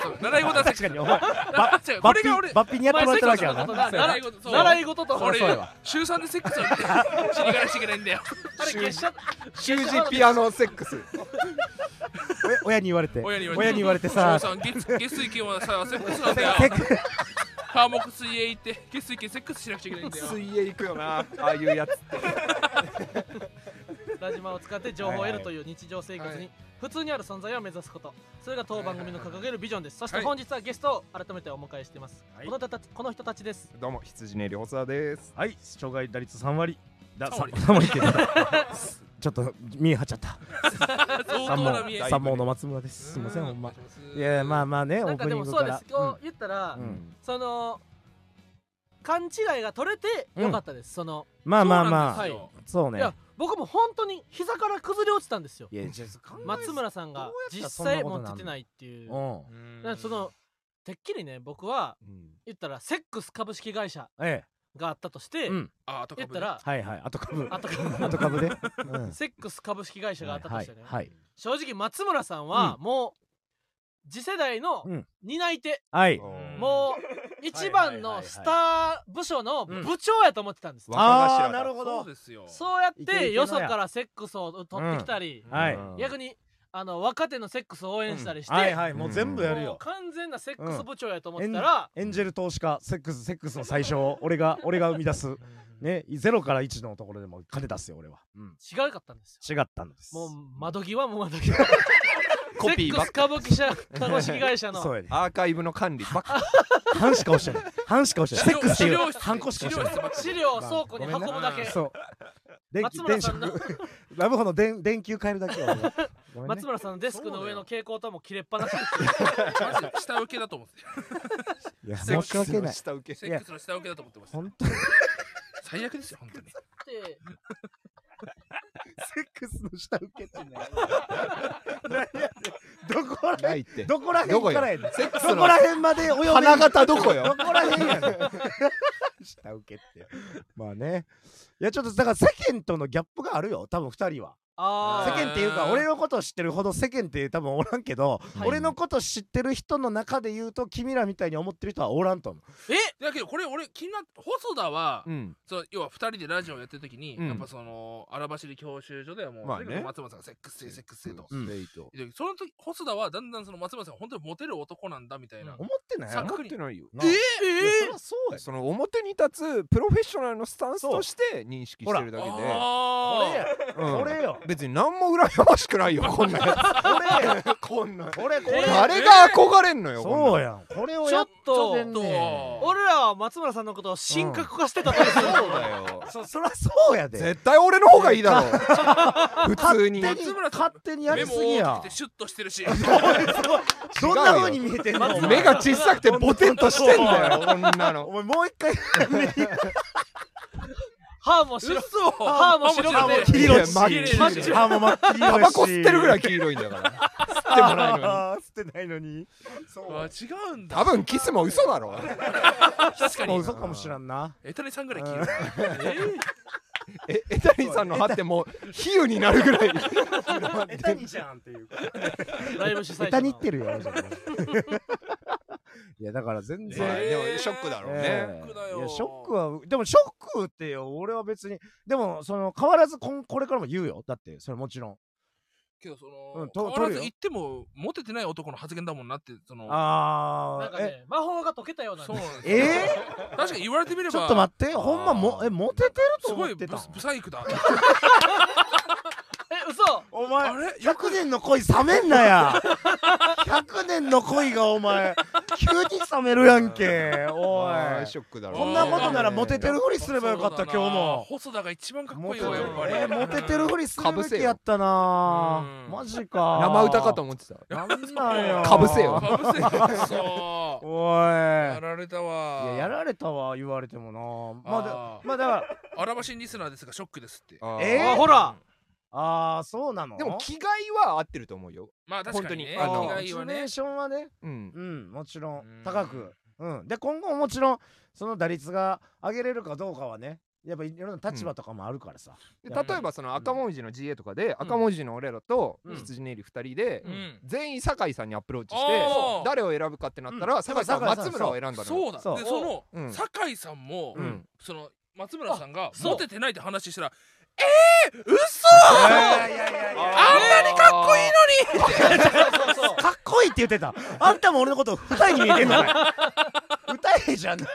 そう習い事はセック
確かにお前
ス違うこれが俺
バッピにやってもらってるわけやな
お前セックスのことだ
習い事そう
習い事と
それ
そうやわ
週3でセックスをやって死にからしけないんだよ
あれ月謝
習字ピアノセック ス
お親に言われて
親に言われて
親に言われて
週
さ
3月月水金はさセックスなんだよ
セックス
ハーモク水泳行って月水金セックスしなくちゃいけないんだよ
水泳行くよなああいうやつ
ララジマを使って情報を得るという日常生活
は
に普通にある存在を目指すことそれが当番組の掲げるビジョンですそして
はい
本日はゲストを改めてお迎えしています、
はい
この人たちこの人たちです
どうも羊ねりほさです
はい障害打率3割だ
三割
3割って言ってたちょっと見え張っちゃった三
相当な
門
見え
だいぶね
三門の松村ですすいませんほんまいやまあ
ま
まあねオ
なん
ー
か
プ
で
ニン
も
グ
そ
か
うで
ら
す今日言ったら、
うん
その勘違いが取れてよかったです、その
まあまあま
は
あ
い
そう
い
ね
や僕も本当に膝から崩れ落ちたんですよ
いやじゃあ考え
松村さん
どう
が
やった
実
らそんな
際
こと
持
になるの
っててないっていう
うん
あ
だからそのてっきりね僕は
うん
言ったらセックス株式会社
ええ
があったとして、
うん
ああと
言ったら
はいはいあと株
あと
あと株でうん
セックス株式会社があったとしてね、
はい
正直松村さんはもう次世代の
うん
担い手、
はい
うん
もう一番
はいはいはいは
の
い
スター部署の
うん
部長やと思ってたんです、
わ
あ
若頭
あ
だ
なるほ
そう
ど
ですよ
そうやっ
いけいけの
て
や
よそからセックスを取ってきたり、
はい
うん
逆にあの若手のセックスを応援したりして、
はいはいもう全部やる
もう
よ
完全なセックス部長やと思ってたら、
エンジェル投資家セックスセックスの最初を俺が 俺が生み出すねゼロから1のところでも金出すよ俺はうん
違うかったんですよ
違ったんです
もう窓際も窓際
コピーばっ
セックス株式社株式会社の
そうやね
アーカイブの管理ばっか
半しか押してない半しか押してないセックスってい
資料
う
室
半個しか押してない
資料を倉庫に運ぶだけ、
そう電気
松村
電
さんの
飾 ラブホの電電球変えるだけよ俺はごめんね
松村さんのデスクの上の蛍光灯も切れっぱなし
マジで下請けだと思って
いや
セ
申
ック
し
ス
訳
の
ない
下請 け
セックスの下請けだと思ってました
本当に
最悪ですよ本当に
って
セックスの下受けってね。 何やねんどこら
な
辺
いって
どこら辺からやねん。
セックス
どこ
の
ら辺まで泳ぐ。
花形どこよ
どこら辺やねん。下受けって。まあね。いやちょっとだから世間とのギャップがあるよ多分二人は世
あ
間っていう
あ
か
ー
俺のことを知ってるほど世間って多分おらんけど、
は い
俺のこと知ってる人の中で言うと君らみたいに思ってる人はおらんと思う
ーえ
だけどこれ俺気になっ細田は
うん
そう要は2人でラジオやってる時に
うん
やっぱその荒走り教習所ではもう
まあ
と
ね
にかく松村さんがセックスせいセックスせいと
うん
レイト
でその時細田はだんだんその松村さんが本当にモテる男なんだみたいな
うん
思ってないやろ
錯覚
思ってないよ
なあいやそりゃそうや
その表に立つプロフェッショナルのスタンス
そう
として認識してるだけで
これ
あ
や
うん
これよ
別に何も羨ましくないよこんなや
これや
つこんな
これこ
え
れ
ー
誰が憧れんのよこん
そ
な
うやんこれをやっ
ちょっと
てんねん
ちょっと
俺らは松村さんのことを神格化してたと思う
そうだよ
そそらそうやで
絶対俺の方がいいだろ 普通に
勝手に
松村さん
勝手にや
目
り
も
すぎ
大
や
きくてシュッとしてるし
どんな風に見えてんのお前
目が小さくてボテンとしてん だよこんなの
お前もう一回
歯も白
嘘
歯も白
歯も
く
白
て
く
黄色いし
いや
マジで
あもう真っ黄色いし
タバコ吸ってるぐらい黄色いんだから吸ってもないのに
あー吸ってないのにそう
あ違うんだ
多分キスも嘘だろ
確
も
か
う
に
嘘かもしらんな
エタレさんぐらい聞いた
えエタリンさんの歯ってもう比喩になるぐらい
エタニじゃんっていう
ライブ主催
エ
者
タニって
の
るよいやだから全 然
まあでもショックだろうね
ええ
ショックだよ
いやショックはでもショックってよ俺は別にでもその変わらずこんこれからも言うよだってそれもちろん
けどその、
うん
変
と
わらず
取るよ
言ってもモテてない男の発言だもんなってその
なん
あ
か
あえ
ね魔法が解けたような
そう
ね
なんですよ
え
確かに言われてみれば
ちょっと待ってほんまもえモテてると
す
思
ご
っ
いブ
てたん
スブサイクだ
え嘘
お
あ
前
れよく
100年の恋冷めんなや100年の恋がお前急に冷めるやんけお
あー
い
ショックだろう
こんなことならモテてるふりすればよかった
そうだな
今日も
細田が一番かっ
モ
こい
テ
い
てる
わやっぱり、
えモテてるふりするべきやった
う
なんマジか
生歌かと思ってた
なんなんよ
かぶせよ
かぶせよそう
お
や
い
られた
いや
わ
やられたわ言われてもなまあだ
あー
まあだから
アラバシンリスナーですがショックですって
あー
えー
あほら
ああそうなの
でも着替えは合ってると思うよ
まあ確かにね
本当に
モ
あの
意外
チ
は
ベ
ね
ーションはね
うん
うんもちろ
うん
ん高くうんで今後ももちろんその打率が上げれるかどうかはねやっぱいろんな立場とかもあるからさ
で
やっ
例
ぱ
えばその赤文字の GA とかで赤文字の俺らと
うん
羊ネイリ2人で
うん
全員酒井さんにアプローチし
お
て
ー
誰を選ぶかってなったら酒井さんは松村を選んだのよ
そうだ
そう
でその、
うん
酒井さんも、
うん
その松村さんが
そう
モテてないって話したらえー、嘘
いやいやいやいや
あんなにかっこいいの に
そうそう
かっこいいって言ってたあんたも俺のこと二重に見えてんのかい二重じゃないっ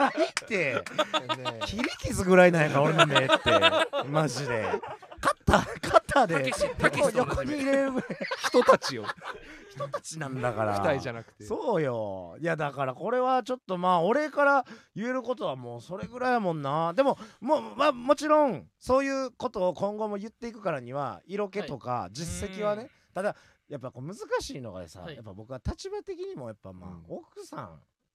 て切り傷ぐらいなんやから俺の目ってマジで勝った勝っター
た
で
けしたけしと
横
同
に
じ
入れる
人たちを
人たちなんだから
期待じゃなくて
そうよいやだからこれはちょっとまあ俺から言えることはもうそれぐらいやもんなでももう、まあ、もちろんそういうことを今後も言っていくからには色気とか実績はね、
うん
ただやっぱこう難しいのがさ、
はい
やっぱ僕は立場的にもやっぱまあ、
う
奥さん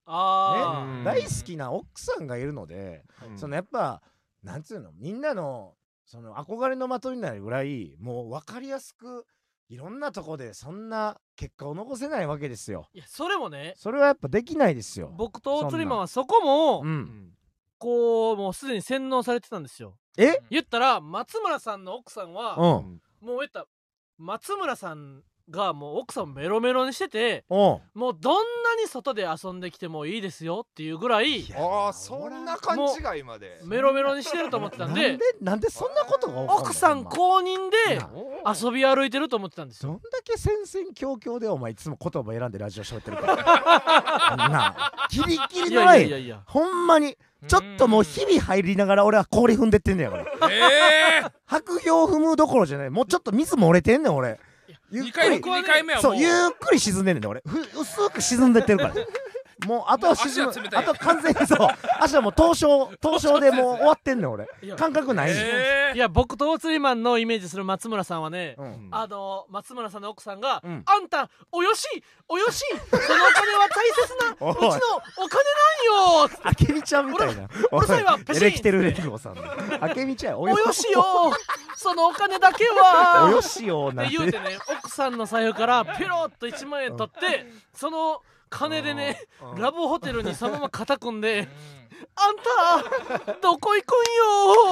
あ
う
ー
ん
大好きな奥さんがいるので、
うん
そのやっぱなんつうのみんなのその憧れの的になるぐらいもう分かりやすくいろんなとこでそんな結果を残せないわけですよ。
いやそれもね
それはやっぱできないですよ。
僕と大りマンはそこも
う、
うんん
こうもうすでに洗脳されてたんですよ
え
言ったら松村さんの奥さんは
う
うんん
もう言ったら松村さんがもう奥さんをメロメロにしてて
うん
もうどんなに外で遊んできてもいいですよっていうぐらい
ああそんな勘違いまで
メロメロにしてると思ってた
なんんで
で
なんでそんなことが起こる
奥さん公認で
な
遊び歩いてると思ってたんです
ど
よ
んだけ戦々恐々でお前いつも言葉選んでラジオ喋ってる からなあギリギリ
い
の
や
ラ
いやい
イ
や
ン
いや
ほんまにちょっともう日々入りながら俺は氷踏んでってんねやから
々ええ
白氷踏むどころじゃないもうちょっと水漏れてんねん俺 ゆっ
二
く
回
り
二回目はも
そううゆっくり沈んでんねんで俺ふ薄く沈んでってるからもうあとは沈む
もう足は冷たい
あと完全にそう足はもう凍傷凍傷でもう終わってんねん俺
いや
感覚ないねん
え
いや僕と大釣りマンのイメージする松村さんはね、
うん
あの松村さんの奥さんが「
うん
あんたおよしおよしそのお金は大
おい
切なうちのお金なんよ
あけみちゃんみたいな。
うるさいわペシン
エレキテルレンゴさんの。あけみちゃん、お
およしよそのお金だけは」
およしよな
っ
ん
て言う
て
て。ね奥さんの財布からペロッと1万円取ってその金でね
うん
ラブホテルにそのまま肩組んで
うん
「あんたどこ行く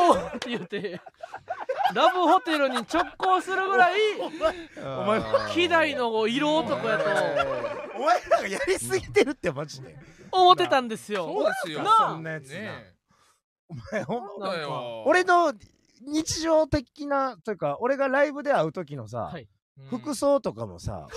んよ!」って言うてラブホテルに直行するぐらい
お前
希代の色男やと
お前らがやりすぎてるってマジで。
思ってたんです
そ
よ
うですよ
なあ
そんなやつな。
ね
お前ほんま
えそうだよ
俺の日常的なというか、俺がライブで会う時のさ
は、い
うん
服装とかもさ、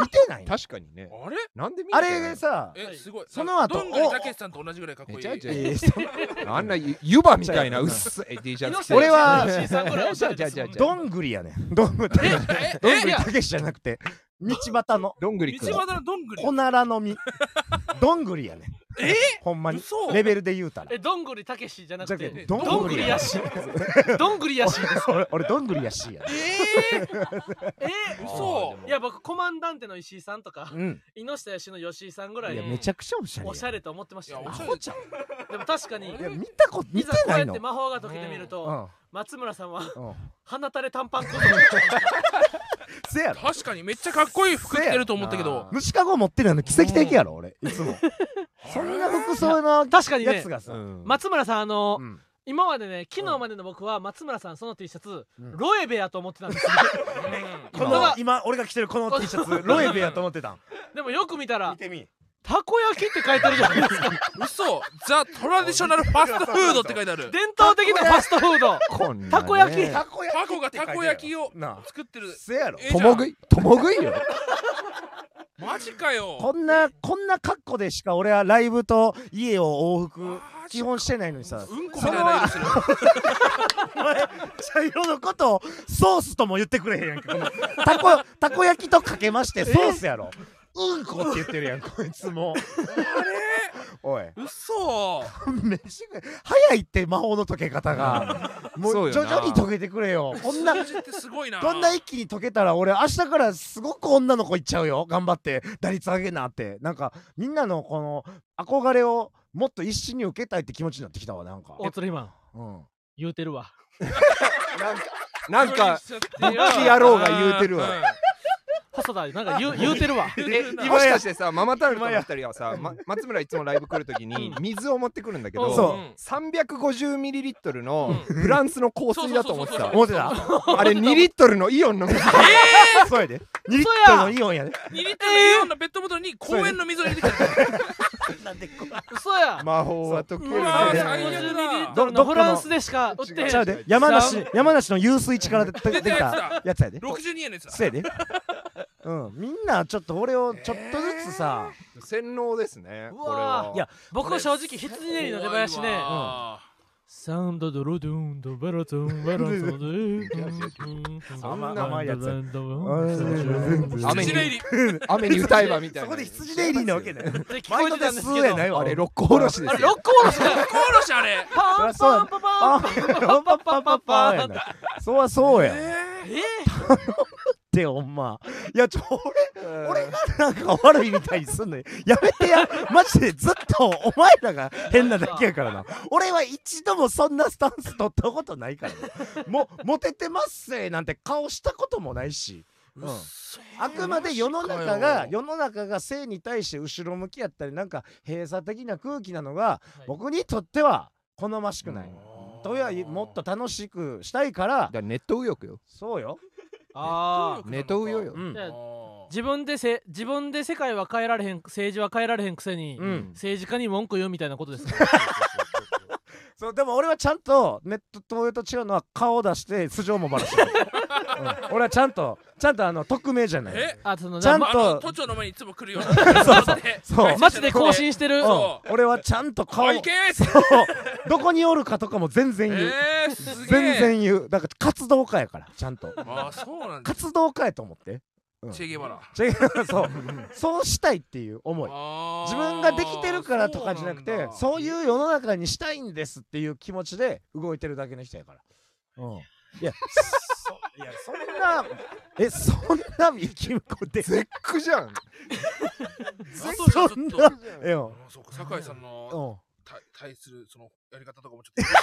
見てないの
確かにね
あれ
なんで見
あ
えてない
れさ、
えすごい
その後
どんぐりたけしさんと同じぐらいかっこいい
めちゃめちゃ
えー
あんなゆ湯葉みたいな薄い T シャツ着 て
俺は
猪瀬さんぐらいおしゃれ
じゃ
で
あ
す
じゃ
も
あじ
んね
ゃあ
どんぐりやねん。どんぐり。
え
どん
え
ぐりたけしじゃなくて、道端の。
どんぐりくん
道端のどんぐり
おならの実。どんぐりやねん。
え
ほんまに。
嘘
レベルで言うたら。
えどんぐりたけしじゃなく
じゃけ
て
ど
どんぐりやしどんぐりやしです
俺俺どんぐりやしやね
えー
え
嘘
いや僕コマンダンテの石井さんとか
うん
猪下吉の吉井さんぐら
い
い
やめちゃくちゃおしゃれや
おしゃれと思ってましたよ
いやおしゃれ
アホちゃん
でも確かに
いや見たこと
い
見
ざ
て
こう
な
や
い
っ
の
て魔法が解けてみると、
うん
松村さんは
うん
鼻垂れ短パン小僧
せやろ
確かにめっちゃかっこいい服着てると思ったけど
虫かご持ってるの奇跡的やろ俺いつもそんな服装の
確かにね
やつがさ
うん
松村さんあの、
うん
今までね昨日までの僕は松村さんその T シャツ、
うん
ロエベやと思ってた んですよ
うん
この今俺が着てるこの T シャツロエベやと思ってたん
でもよく見たら
見てみ
たこ焼きって書いてるじゃないで すか
嘘ザ・トラディショナルファストフードって書いてある
伝統的なファストフード
こんなね
たこ焼き
たこ焼き
タコがたこ焼きを
なあ
作ってる
せやろ
え
ともぐいともぐいよ
マジかよ
こんなこんな格好でしか俺はライブと家を往復基本してないのにさ
うんこみたいな色してる
お前茶色のことをソースとも言ってくれへんやん かこのたこたこ焼きとかけましてソースやろうんこって言ってるやんこいつもおい
嘘
飯食え早いって魔法の溶け方 が
そ
も
う
う
よ
徐
な
々に溶けてくれよこんな
数字ってすごいな
こんな一気に溶けたら俺明日からすごく女の子いっちゃうよ頑張って打率上げなってなんかみんなのこの憧れをもっと一身に受けたいって気持ちになってきたわなんか、
大鶴マン
うん、
言うてるわ
なんか
ボケ
野郎が言うてるわ
細田なんか言う言うてるわ
え
今
もしかしてさママタルトの二人はさ、ま、松村いつもライブ来るときに水を持ってくるんだけど
そう
350ミリリットルのフランスの香水だと思ってた
思って た
あれ2リットルのイオンの水
そうやで2リットルのイオンやで
2リットルのイオンのペットボトルに公園の水を入れてきた
嘘や
魔法は解ける
うわー
ね
最悪だ
ど
どどっかの
フランスでしか売ってへん
ちゃうで山
違
梨
う
山梨の湧水地 から出て出
出た
て
や
き
つだ
たやつやで
62円のやつだ
そうやでうんみんなちょっと俺をちょっとずつさ、
洗脳ですね
う
これ
わー
はい
や
僕は正直羊ねりの出囃子
怖
ね
いわ
サウンドドロドゥンドベロトンベロトンドゥ
そんな甘いやつ
ン
雨に
口入り
雨に歌えばみたい
そ
な
こで羊デイリーなわけね。
って聞
バイ
こえ
ト
て
で
たんです
吸
け
え
ど
な
あ
いわ。
あれ六甲おろしです
れ
よ
ロックオールスだ
コーロシあれ
パンパンパンパンパンパンパンパンパンパン
そうはそうやん。っ
え
え
てほんま。いやちょ俺
俺
俺がなんか悪いみたいにすんのやめてや。マジでずっとお前らが変なだけやからな。俺は一度もそんなスタンス取ったことないからな。もうモテてますせなんて顔したこともないし。うんあくまで世の中が世の中が性に対して後ろ向きやったりなんか閉鎖的な空気なのが
い
僕にとっては好ましくない。とはいえもっと楽しくしたいから
ネット右翼よ
そうよ。
あ
ネット右翼よ
うん
じゃあ自分でせ自分で世界は変えられへん政治は変えられへんくせに、
うん
政治家に文句言うみたいなことですか
そうでも俺はちゃんとネット東映と違うのは顔を出して素性もバラ してる、うん俺はちゃんとちゃんとあの匿名じゃない
え
あその
ちゃん
ま
と
あの都庁の前にいつも来るようなそう
そう
マジで更新して
う
る、
ん
そ
俺はちゃんと顔
おいけーって
そう どこにおるかとかも全然言う、
えーすげえ
全然言うだから活動家やからちゃんと
ああそうなんだ
活動家やと思ってうん
チェゲバラ
違うそう そうしたいっていう思い
あー
自分ができてるからとかじゃなくて
そ
そういう世の中にしたいんですっていう気持ちで動いてるだけの人やから。うん、いやそいやそんな えそんな生き向こで
絶句じゃん
うなんだあとちょっと
そんなえよ
うんそうか酒井さんの
う
対対するそのやり方とかもちょっと面白い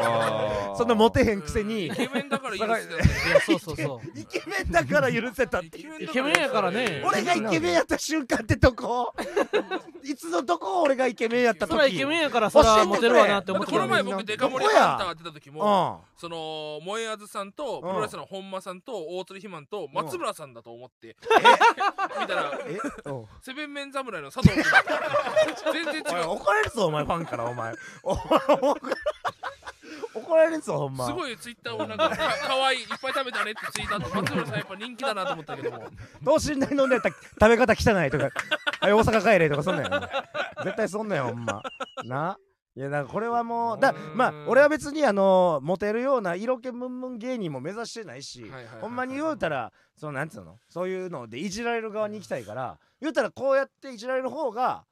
なっ て
ん、そんなモテへんくせに
イケメンだからいいですよ
いやそうそうそ
イケメンだから許せたっていう
イケメンやからね
俺がイケメンやった瞬間ってとこいつのとこ俺がイケメンやった
う
時
そらイケメンやからそ
教え
ら
てくれ
モテるわなって
だっ
思って
こ
て
の
たの
前
に
僕デカ盛りハンターやってた時
う
も
ん
その萌えあずさんとプロレスラーの本間さんと大鶴ひまんと松村さんだと思って見たら
えうん
セブンメン侍の佐藤君だった全然違
おいう怒られるぞお前ファンからお前お前怒られるぞほんます
ごいツイッターをなんかかわいいいっぱい食べたねってツイートあと松村さんやっぱ人気だなと思ったけども
等身大のねた食べ方汚いとか 「はい大阪帰れ」とかそんなんやん絶対そんなんやほんまないやだからこれはもうだまあ俺は別にあのモテるような色気ムンムン芸人も目指してないし、
はいはいはいはい
ほんまに言うたらそのなんつうのそういうのでいじられる側に行きたいから言うたらこうやっていじられる方が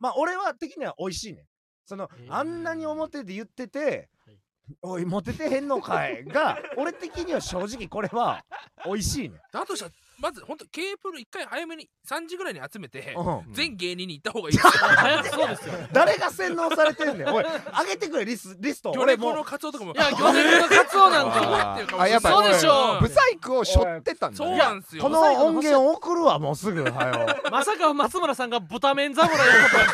まあ俺は的には美味しいねんその、
えー
あんなに表で言ってて
はい
「おいモテてへんのかい」 が俺的には正直これは美味しいねん、
だとしたらまず本当 K プロ一回早めに3時ぐらいに集めて
うん
全芸人に行った方がいいですよ
早くそうですよ
誰が洗脳されてんねんおい上げてくれリスリスト
魚
俺
レコ
も
のカツオとかも
いや魚レコのカツオなん
あ
か
ーあやっぱ
そうでしょ
ブサイクを背負ってたんだ
そう
ね
なんですよ
この音源送るわもうすぐはよ
まさか松村さんが豚麺侍やるとは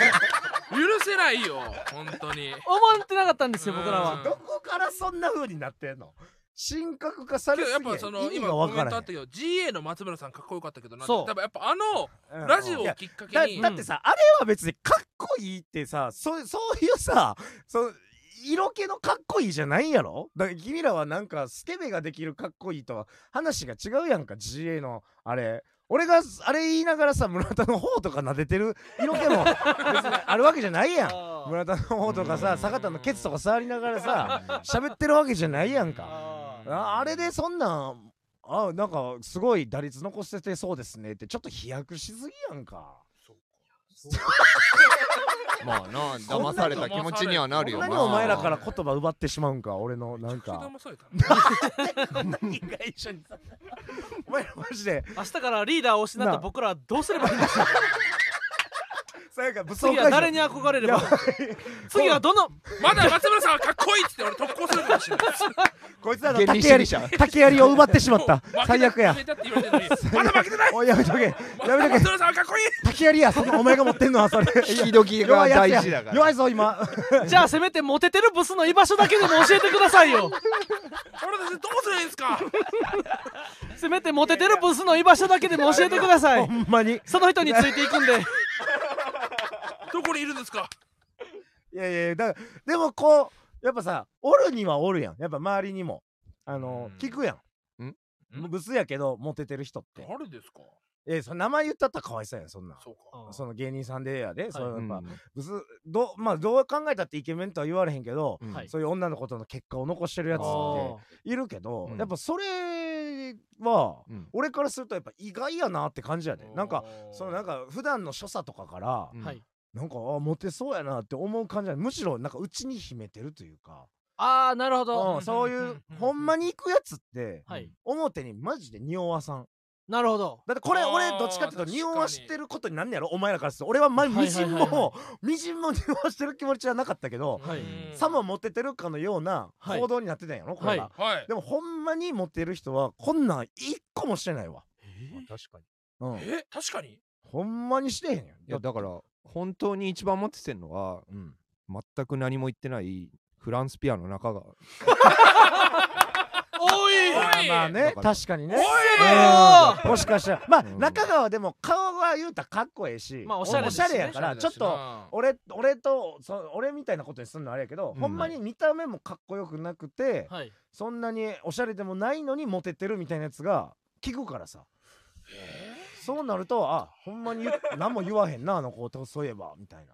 許せないよ本当に
思ってなかったんですよ僕らは
どこからそんな風になってんの神格化さ
け
れ
ど
す
やっ
ぎや
ぱその
意味
今
が
コ
分
メ
か
ント
ら
あ
へ
っ
ん
たけど GA の松村さんかっこよかったけどな
そう
多分やっぱあの
うん
ラジオ
い
を
や
きっか
だ
けに
だってさ、あれは別にかっこいいってさそうそういうさそう色気のかっこいいじゃないやろだから君らはなんかスケベができるかっこいいとは話が違うやんか GA のあれ俺があれ言いながらさ村田の方とか撫でてる色気も別にあるわけじゃないやん
あー
村田の方とかさ坂田のケツとか触りながらさ喋ってるわけじゃないやんか
あー
ああれでそんなんあなんかすごい打率残しててそうですねってちょっと飛躍しすぎやんか
まあな騙された気持ちにはなるよ
何
まあ
お前らから言葉奪ってしまうんか俺のなん
口
か
騙された
お前らマジで
明日からリーダーを失っ
な
た
あ
僕らはどうすればいいんですか
さやか武装解
次
除
は誰に憧れれ
い
ば
や
次はどの
まだ松村さんはかっこいいっつって俺特攻するかもしれない
こいつらの
原
竹
理主
槍
義者
竹槍を奪ってし まった
もう負け
最悪や
決めたって言われて るのにまだ負けてない
おいやめとけやめと
松
け
村さんはかっこいい
竹槍やそのお前が持ってんのは それ
引き時が
や
大
つ
事だ
や
から
弱いぞ今
じゃあせめてモテてるブスの居場所だけでも教えてくださいよ
俺たちどうすればいいんですか
せめてモテてるブスの居場所だけでも教えてくださ
ほ
い
んまに
その人についていくんで
どこにいるんですか
いやいやだからでもこうやっぱさおるにはおるやんやっぱ周りにもあの
うん
聞くやん
ん
ブスやけどモテてる人って
誰ですか
えその名前言ったったらかわいそうやんそんなん
そうか
うん
その芸人さんでやで、そうのやっ
ん
ぱ、ブスどうまあどう考えたってイケメンとは言われへんけど、
うん
はい
そういう女の子との結果を残してるやつ
あ
っ
ー
ているけど、
うん
やっぱそれは
うん
俺からするとやっぱ意外やなって感じやで、なんかそのなん
か
か普段の所作とかから、
うん
はい
なんかあモテそうやなって思う感じやむしろなんかうちに秘めてるというか、
ああなるほど、
うん、そう
うん
い
うんう
うん
うん
ほんまに行くやつって
はい
表にマジで匂わさん
なるほど
だってこれ
あー
俺どっちかっていうと
確かに
匂わしてることになんねやろお前らからすると俺は前みじん
はいはいはい
もみじんも匂わしてる気持ちはなかったけど
はい
さもモテてるかのような
はい
行動になってたんやろこれが
は
はい
でもほんまにモテる人はこんなん一個もしてないわ
確かに
うん
え確かに
ほんまにしてへん
いや
よ
だから本当に一番持っててんのは
うん
全く何も言ってないフランスピアの中川
おい
おい
まあまあね
だから
確かにね
おい
うんもしかしたらまあ
うん
中川でも顔は言うたらかっこええし
まあおしゃれですしね
やからちょっと
と
俺俺とそ俺みたいなことにするのあれやけど、
うん
ほんまに見た目もかっこよくなくて、
はい
そんなにおしゃれでもないのにモテてるみたいなやつが聞くからさそうなるとあほんまに言う何も言わへんなあの子とそういえばみたい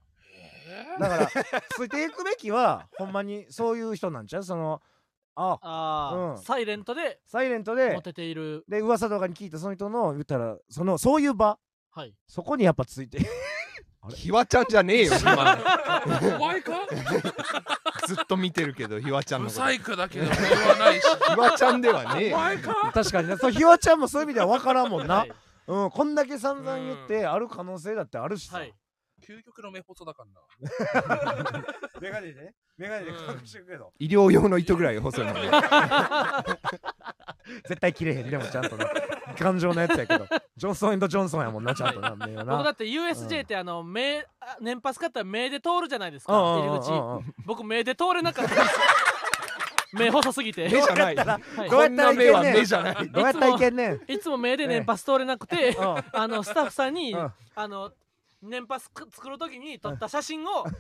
なだからついていくべきはほんまにそういう人なんちゃうそのあ
ああ、
うん
サイレントで
サイレント
モ
で
テている
で噂とかに聞いたその人の言ったらそのそういう場
はい
そこにやっぱついてあれ
ひわちゃんじゃねえよ今
お前か
ずっと見てるけどひわちゃん
ブ
のこと
サイクだけど俺はないし
ひわちゃんではねえ
お
よ
前か
確かに ねそうひわちゃんもそういう意味では分からんもんな
はい、
うん、こんだけ散々言ってある可能性だってあるしさ、
はい
究極の目細だからな
メガネでねメガネ
で隠
してくけど、
医療用の糸ぐらい細いのね
絶対切れへんでもちゃんとな感情のやつやけどジョンソンエンドジョンソンやもんなちゃんとな目が
僕だ
な
って USJ ってあの目あ年パス買ったら目で通るじゃないですか
うんうん
入り口
うんうん
僕目で通れなかった んですよ目細すぎて、
目じゃない
はい
どうや
こ
っ
ん
たら
ない目は
けんね
目
ん
じゃない
どうやったらいけんねん、うん
いつも目で年パス通れなくて、あのスタッフさんに、
うん
あの年パスく作る時に撮った写真を、と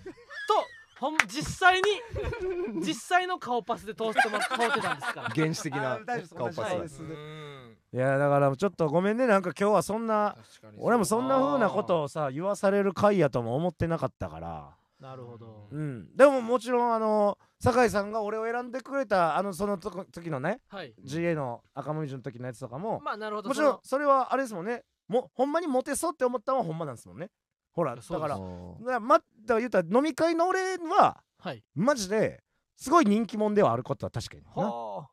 ほん実際に実際の顔パスで通してます通ってたんです から
原始的な顔パ
そうで
ス
す
う
ね
ん
いやだからちょっとごめんねなんか今日はそんな
確かに
俺もそんな風なことをさ言わされる回やとも思ってなかったから
なるほど
うんでももちろんあの酒井さんが俺を選んでくれたあのそのとこ時のね
はい
GA の赤もみじの時のやつとかも
まあなるほど
もちろんそれはあれですもんねもほんまにモテそうって思ったのはほんまなんですもんねほらだ
そう
から
で
だ
す
からまだから言うたら飲み会の俺は
そのはい
マジですごい人気者ではあることは確かにな
は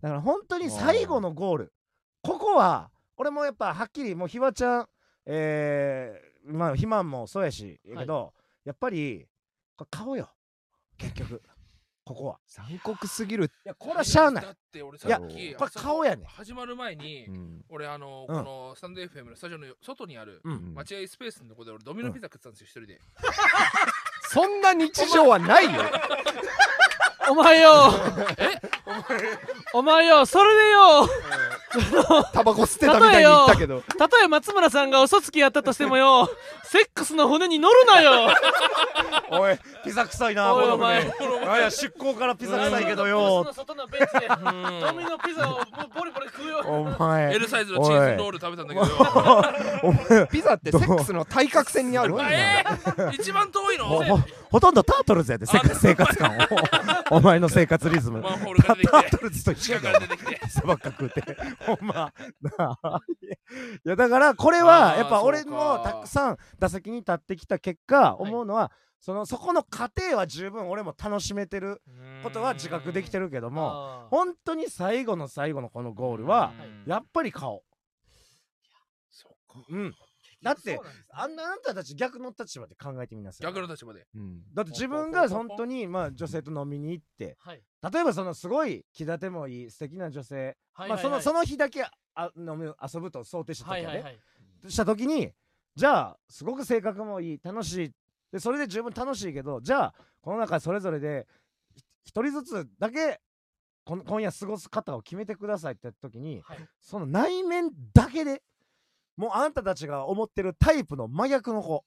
だから本当に最後のゴールここは俺もやっぱはっきりもうひわちゃんえー、まあ肥満もそうやしやけど、やっぱりこれ顔よ結局ここは
残酷すぎる
いやこれはしゃあない
だって俺さ
いや
っき
これ顔やねん
始まる前に
うん
俺あのこ
うん
のスタンド FM のスタジオの外にある
う
うん
ん
待合スペースのとこで俺ドミノピザ食ってたんですよ一人で
そんな日常はないよ
お前 よお前よそれでよ
タバコ吸ってたみたいに言ったけど
たとえ松村さんが嘘つきやったとしても よセックスの骨に乗るなよ
おいピザ臭いな
おい
この
お前
船あいや出港からピザ臭いけど
ブース
よ
の外のベンチでドミノピザをボリボリ食うよ
お前
L サイズのチーズロール食べたんだけどよ
お前
ピザってセックスの対角線にある
どう
か
すごい
ら
な
えー一番遠い
ほ
の
ほほとんどタートルズやでせか生活感おお前の生活リズム
マン
タ
ホールから出てき
タ
て
ートルズと一
地
緒や
下
で
から出てきて
ピザばっか食うてほんまなあいやだからこれは
あー
やっぱ俺
そう
も
か
たくさん打席に立ってきた結果
い
思うのは、そのそこの過程は十分俺も楽しめてることは自覚できてるけども
あー
本当に最後の最後のこのゴールは
うん
やっぱり顔
そっか
うんだって
そうなんですね
あんなあなたたち逆の立場で考えてみなさい
逆の立場で
うん
だって自分が本当にまあ女性と飲みに行って
はい
例えばそのすごい気立てもいい素敵な女性
はい
まあ
はい
その
はい
その日だけあ飲み遊ぶと想定した
は
時
い
は
はい
ね
はい
した時にじゃあすごく性格もいい楽しいでそれで十分楽しいけどじゃあこの中それぞれでひ一人ずつだけこん今夜過ごす方を決めてくださいって時に
はい
その内面だけでもうあなたたちが思ってるタイプの真逆の子、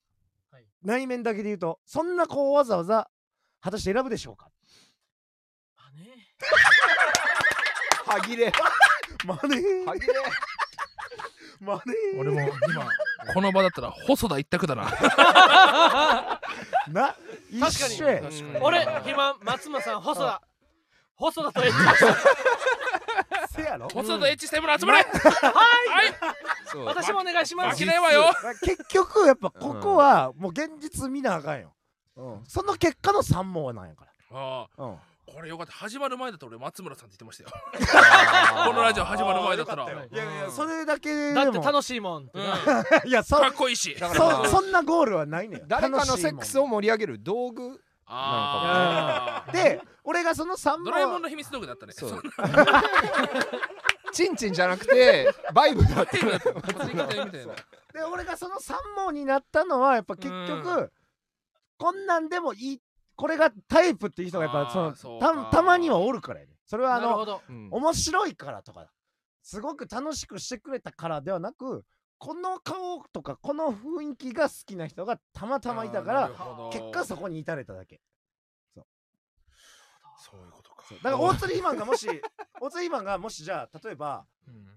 はい
内面だけで言うとそんな子をわざわざ果たして選ぶでしょうか
まあね
歯切れ
マネー
歯切れ
マネ
俺も今この場だったら細田一択だな
ーな一緒や
確かに
俺暇松間さん細田細田とエッチ
せやろ
細田とエッチしたいもの集まれはい
そう
私もお願いしま
負
す
けないわよ
結局やっぱここはもう現実見なあかんよ、うん、その結果の三問なんやか
ああ
ら、うん、
これよかった始まる前だと俺松村さんって言ってましたよ
あー
このラジオ始まる前だったら
あーよか
うん
たよいやいやそれだけでも
だって楽しいもんってな
うん
いやそ
かっこいいし
だからま
そ
あ
そんなゴールはないねん
誰かのセックス
を
を盛り上げる道具
ああ
で俺がその3問
ドラえもんの秘密道具だったね
そう
そう
チンチンじゃなくてバイブだって
だった活動家みたいな
で俺がその3問になったのはやっぱ結局、
う
こんなんでもいいこれがタイプっていう人がやっぱそ
あ
の
ーそう
た
か
たまにはおるからやねそれはあ
なるほ
の
ど
うん
面白いからとかすごく楽しくしてくれたからではなくこの顔とかこの雰囲気が好きな人がたまたまいたか
な
ら
るほど
結果そこに至れただけ
そういうことか
だから大鶴ひまんがもし 大鶴ひまんがもしじゃあ例えば
うん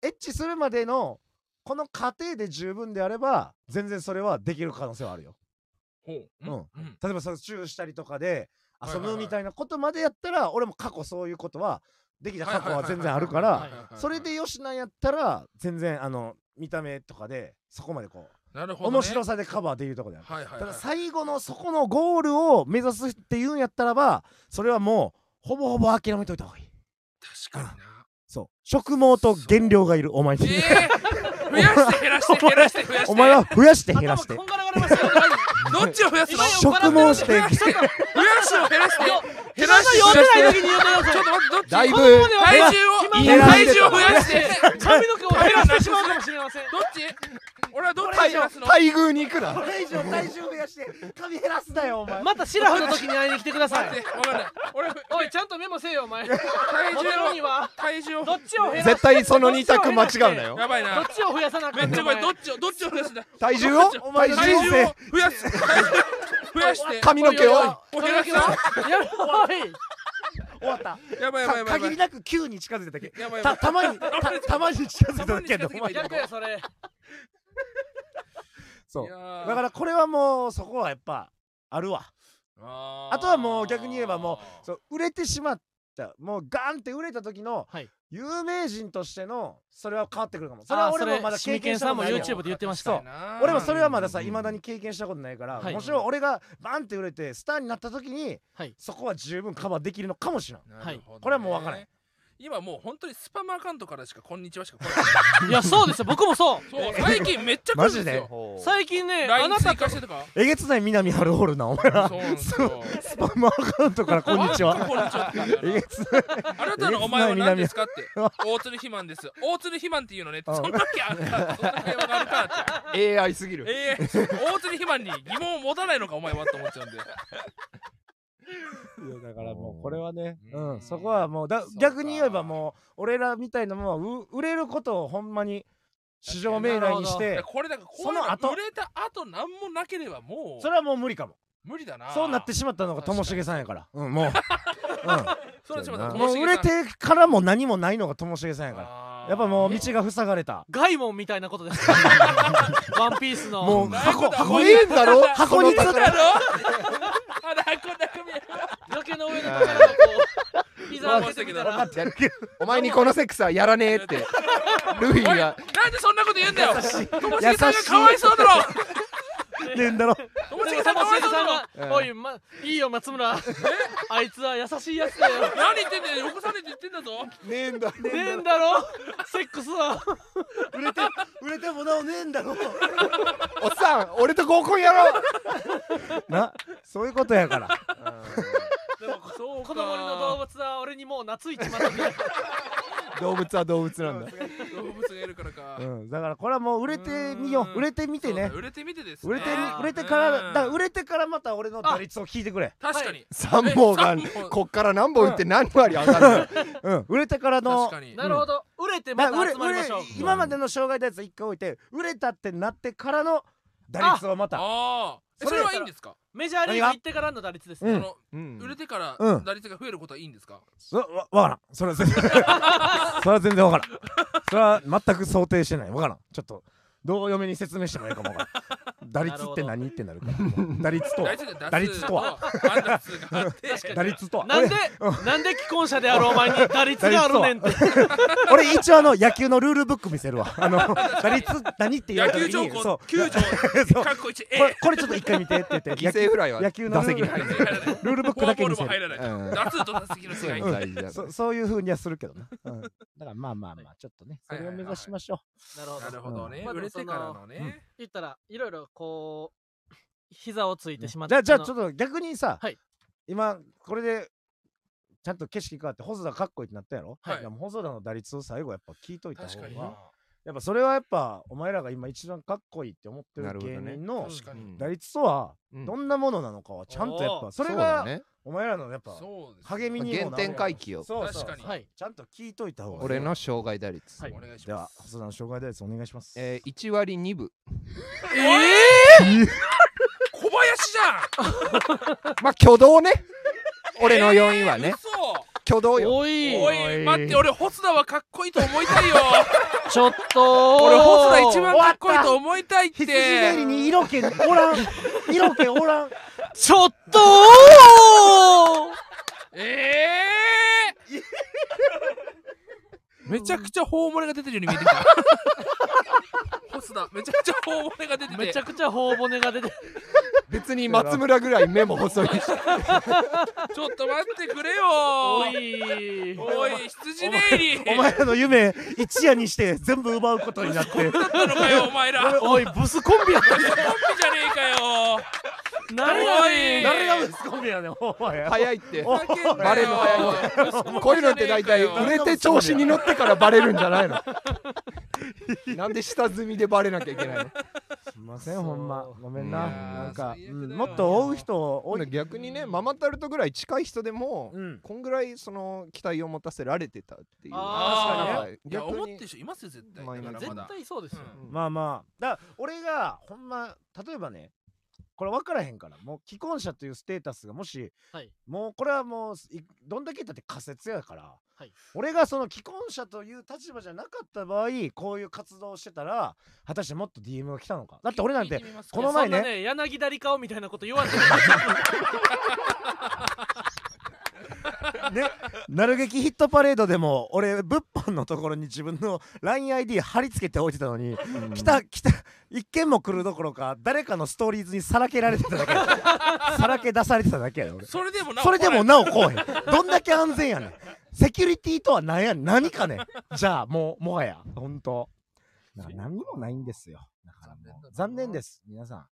エッチするまでのこの過程で十分であれば全然それはできる可能性はあるよ
ほう
うん
うん
例えばそのチューしたりとかで
はい
遊
はいはい
ぶみたいなことまでやったら俺も過去そういうことはできた過去は全然あるか
はいは
ら
いはいはい
それでよしなんやったら全然あの見た目とかでそこまでこう
なるほどね
面白さでカバーできるところである
はいはい
た
は
だ
い
最後のそこのゴールを目指すっていうんやったらばそれはもうほぼほぼ諦めといた方がいい
確かにな
そう食毛と減量がいるお前に
えー、増やして減らして減らして増やして
お前は増やして減ら
頭
して
こんがらがれましたよ
どっちを増やすの
今酔っ
食
払って
毛
る
して
時にちょっと
増やしを減らして減らして
酔っ
増やして
てない時に言うてくださ
ちょっ
い
と待ってどっち
だいぶ
体重を
今
今
体重を増やして
髪の毛を減らしてしまうかもしれません
どっち俺はどっちを
体
減
重
らすの
待遇に行くな
これ以上体重増やして髪減らすなよお前
またシラフの時に会いに来てくださ
待っ
い
てわかんない俺
おいちゃんとメモせえよお 前
体
モデロに
重を
は
体重を
どっちを減ら
絶対その二択間違うんだよ
やばい
どっ
な
ちを増やさなく
め
て
っちゃこれどっちをどっちを増やすんだ
体重を
お前
体
の
体
重を
人
重
生
を増やす体重を増やして
髪の毛を
お
そ
減
れだ
ら
け
す
はやばい
終わった
やばいやばいやばい
限りなく9に近づいただけ
やばいや
た
ばい
たまにたたまに近づいただけやで
た
お
まに近づけば
前
いいだ
逆やそれ
そう
いや
だ
ー
からこれはもうそこはやっぱあるわ
あー
あとはもう逆に言えばもそう売れてしまったもうガンって売れた時の
はい
有名人としてのそれは変わってくるかもそれは俺もまだ経験した
さ
こと
んも
ないやん
YouTube で言ってまし
そ
た
う俺もそれはまださいまだに経験したことないから
はい
もちろん俺がバンって売れてスターになった時に
はい
そこは十分カバーできるのかもしれん
はい
これはもうわからん
い今もう本当にスパムアカウントからしかこんにちはしか来ない
いやそうですよ僕もそう
そう最近めっちゃ来るんです
マジで
よ
最近ねあ
LINE
なた
追加してとか
えげつない南春ホールなお前ら
そうなんですよ
スパムアカウントからこんにち
あ
は
こんにちはって言うんだ
え
よ
げ
な
つない
あなたのお前は何ですかって大鶴肥満です大鶴肥満っていうのね
うん
そんだけあるかそんだけわかるかって
AI すぎる
ええ大鶴肥満に疑問を持たないのかお前はって思っちゃうんで
いやだからもうこれはね、う
うん
ん、そこはもうだ
そうか
逆に言えばもう俺らみたいなもんはう売れることをほんまに市場命題にし
いや
て
これだからこういう
その後
の売れた後何もなければも
そうれはもう無理かも
無理だな
そうなってしまったのがともしげさんやからうんもう、
そうなってしまっ
う
た
ん、もう売れてからも何もないのがともしげさんやから
や
やっぱもう道が塞がれた
ガイモンみたいなことです ワンピースの
もう箱箱に
ええんだろ
箱に
その
包
だ
ま
ろ
れ
あらこんな組
崖の上の宝がこう膝を開けてみたら
やるお前にこのセックスはやらねえってルフィ
おい
が
なんでそんなこと言うんだよ
優しい
ともしげさんがかわいそ うだろ
てんだろ
ともし
で
げ
も
さんが
玉
かわい
重
そうだ
さん
ろ
が「おい、ま、いいよ松村あいつは優しいやつだよ」
何言ってんだよよこさねえって言ってんだぞ
ねえんだ
ねえんだろセックスは
売れて売れてもなおねえんだろ
おっさん俺と合コンやろう
なそういうことやから
でもそう
この森の動物は俺にもう懐いちまったみたい
動物は動物なんだ
動物がいるからか、
うん、だからこれはもう売れてみよ
うん
う売れてみて
そう
ね
だ売れてみてですね
売れてみ
あー
売れてからだ
うん
から売れてからまた俺の打率を聞いてくれ
確かに、
三本が
え三本
こっから何本打って何割上がる
う
の
ん売れてからの
確かに
ななるほど、売れて
だ
ま
から売れ
た集ま
売
りま
れ
しょう
今までの障害のやつ一回置いて売れたってなってからの打率をまた
あえそれはいいんですか
メジャーリーグ行ってからの打率ですね、
うん
その
うん
売れてから
うん
打率が増えることはいいんですか、
そわわからんそれは全然 それは全然わからんそれは全く想定してないわからんちょっとどう嫁に説明してもいいかもわからん打率って何ってなるから打率とは
大事だよ
打率とは
安打数があって
確かに
打率とは
なんでなんで既婚者であるお前に打率があるねん って
俺俺一応あの野球のルールブック見せる わあの打率何って言われた
野球
時
条
にそう
項9 条
そう
かっこ 1A
これこれちょっと一回見てって言って
犠牲フライは
野球の
打
ルー
席
ル
に入る
入 らない
ルールブッ
フ
ク
ォア
だけ
ボール
見せ
も入
る
らない
うん
打数と打席の違い
そういうの大事だ
そそういうふうにはするけどね、うん、だからまあまあまあちょっとねそれを目指しましょう、
なるほ
なる
ど
ほどね、
うん
売れてからのね、
言ったらいろいろこう膝をついてしまっ
じ
て、
ゃあじゃあちょ
っ
っと逆にさ、
はい
今これでちゃんと景色変わって細田かっこいいってなったやろ、
はい
やもう細田の打率を最後やっぱ聞いといた方
確
が
かにな
やっぱそれはやっぱお前らが今一番かっこいいって思って
な
る
るほど
芸
ね
人の
確かに、
打率とは
うん
どんなものなのかはちゃんとやっ
お
ぱ
ー
それ
うだ
が
ね
お前らのやっぱ
そうです
励みにもなる
原点回帰よ
そうそう
確かに
はい
ちゃんと聞いといた方がいい
俺の障害打率
はい
お願いし
では
ます
細田の紹介ですお願いします
えー1割2分
ええ 小林じゃん
まあ挙動ね俺の要因 はね
そう
挙動よ
おい
おい待って俺細田はかっこいいと思いたいよ
ちょっと
俺細田一番かっこいいと思いたいっ
羊ベリ
て
に色気おらん色気お らん
ちょっと
ええめちゃくちゃ頬漏れが出てるように見えてきた細田めちゃくちゃ頬漏れが出てて
めちゃくちゃ頬骨が出て
別に松村ぐらい目も細いし
ちょっと待ってくれよ
お
おい
い
羊ネイリー
お前らの夢一夜にして全部奪うことにな って
だったのかよお前らコン
おいブスコンビやった
ビじゃねえかよ
誰やねん
おい
誰がブスコンビやねんお前
早いって
お
バレるの早
い よ
こういうのって大 体売れて調子に乗ってからバレるんじゃ ないのなんで下積みでバレなきゃいけないの
すいませんほんまごめんな
うん
なんか
最悪
う
だよ
んもっと追う人多い
逆にねママタルトぐらい近い人でも、
うん
こんぐらいその期待を持たせられてたっていう
ー
あ
はい
確
いや
逆に
思ってる人いますよ絶対
まあ今
だからま
絶
だ
対そうですよ、
うん
まあまあだから俺がほんま例えばねこれ分からへんからもう既婚者というステータスがもし、
はい
もうこれはもういどんだけだって仮説やから、
はい
俺がその既婚者という立場じゃなかった場合こういう活動をしてたら果たしてもっと DM が来たのかだって俺なんてこの前ね
いやそんな柳田理顔みたいなこと言わない
ね、なる劇ヒットパレードでも俺物販のところに自分の LINEID 貼り付けておいてたのに、
うん
来た来た一件も来るどころか誰かのストーリーズにさらけられてただけ やさらけ出されてただけやで俺
それでもな
それでもなお来へんどんだけ安全やねんセキュリティとは何やねん何かねんじゃあもうもはやほんとだから何もないんですよだからもう残念です皆さん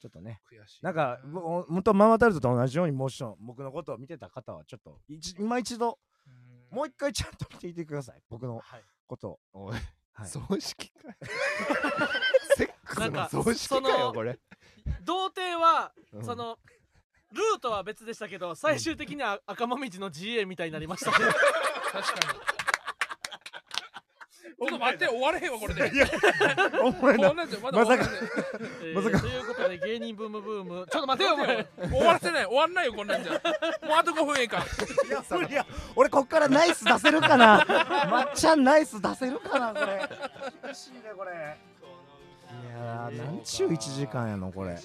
ちょっとね
悔しい
なんか、も本当ママタルトと同じように、もちろん僕のことを見てた方は、ちょっと、一今一度、もう一回ちゃんと見ていてください。僕の
はい
ことを。
おい
はい
葬式かよセックスの葬式
なん
か
かそ
よ
の
これ
童貞は
うん
そのルートは別でしたけど最終的には赤もみじの GA みたいになり ましたね
確かにちょっと待って終われへんわこれで
いや、お前
こ、
なん
なんじゃまだ終わらない
えー
まさか
ということで芸人ブームブームちょっと待てよお前
終わらせない終わんないよこんなんじゃもうあと5分ええか
いや、無理や。俺、こっからナイス出せるかな。まっちゃん、ナイス出せるかな、これ。厳しいね、これ。いやー、なんちゅう1時間やの、これ。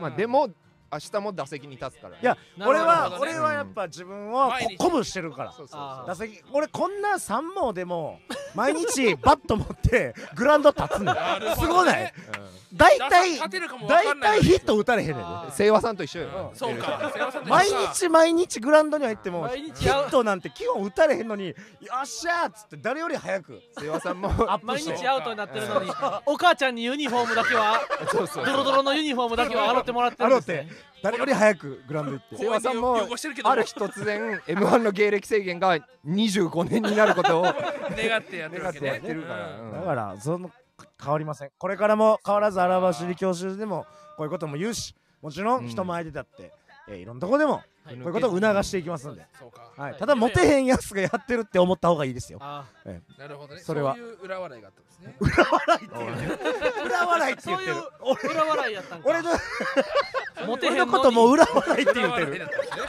まあでも明日も打席に立つからね
いや、
なるほど
俺
なる
は、
ほどね
俺はやっぱ自分をこ鼓舞してるから。
そうそう
あ
そ
打
う
席俺こんな3毛でも毎日バット持ってグラウンド立つの
なるほ
す
どね
ごない
うん
大
だ
体
勝てるかもわか
大
んない
体ヒット打たれへんねんで
あー
清和さんと一緒よ
そうかすいませんでした
毎日毎日グラウンドに入っても
毎
ヒ
日会う
ットなんて基本打たれへんのによっしゃーっつって誰より早く
清和さんも
アップ
毎
して
日アウトになってるのにお母ちゃんにユニフォームだけ は
そうそう
ドロドロのユニフォームだけは洗ってもらって
あ
る
ろ
ん
う
で
っ
す、ね
て、誰より早くグラウンド行って
清和さんも
公園でよくしてるけど
ある日突然 M1 の芸歴制限が25年になる ことを
願ってやってる
願
わ
っ
け
て
ね
やってるから
だからその変わりませんこれからも変わらず荒走り教習でもこういうことも言うしもちろん人前でだってえーいろんなとこでも
は
こういうことを促していきますんで、
そうか
はい、
はい
ただモテへんやつがやってるって思った方がいいですよ
あ
なるほどね
それは
そういう裏笑いがあったんですね
裏笑いって
ー
言
そ
っ
う
て
い
る
う裏笑いやったんか
俺の
モテへん
俺の
のに
ことも裏笑いって言
裏
って
笑
る
いだったんですね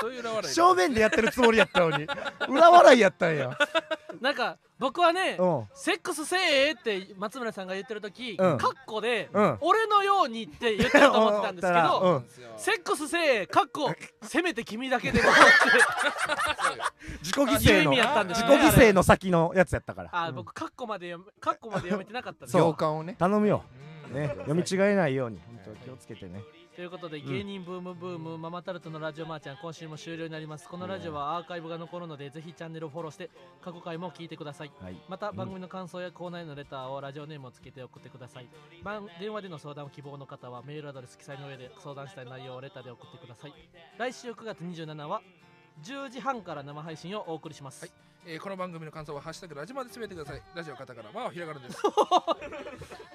そういう裏笑い
正面でやってるつもりやったのに裏笑いやったんや
なんか僕はね
うん
セックスせえって松村さんが言ってる時
う
カ
ん
ッコで
うん
俺のようにって言ってると思ってたんです
思
け
ったら
ど
うん
セックスせえカッ コせめて君だけでもって
自己犠牲
いう意
の
味やったんです
自己
ね
犠牲の先のやつやったから
あ
う
ー
ん
僕カッコまで読め カッコまで読めてなかったんです
そう
行
よ
間をね
頼むよね
ね
読み違えないように本当気をつけてね
ということで
ん
芸人ブームブームママタルトのラジオマーちゃん今週も終了になりますこのラジオはアーカイブが残るのでぜひチャンネルをフォローして過去回も聞いてください
はい
また番組の感想やコーナーへのレターをラジオネームをつけて送ってください、番電話での相談を希望の方はメールアドレス記載の上で相談したい内容をレターで送ってください来週9月27日は10時半から生配信をお送りします、
はいえーこの番組の感想はハッシュタグラジマでつぶやいてくださいラジオカタカナまあひらがな です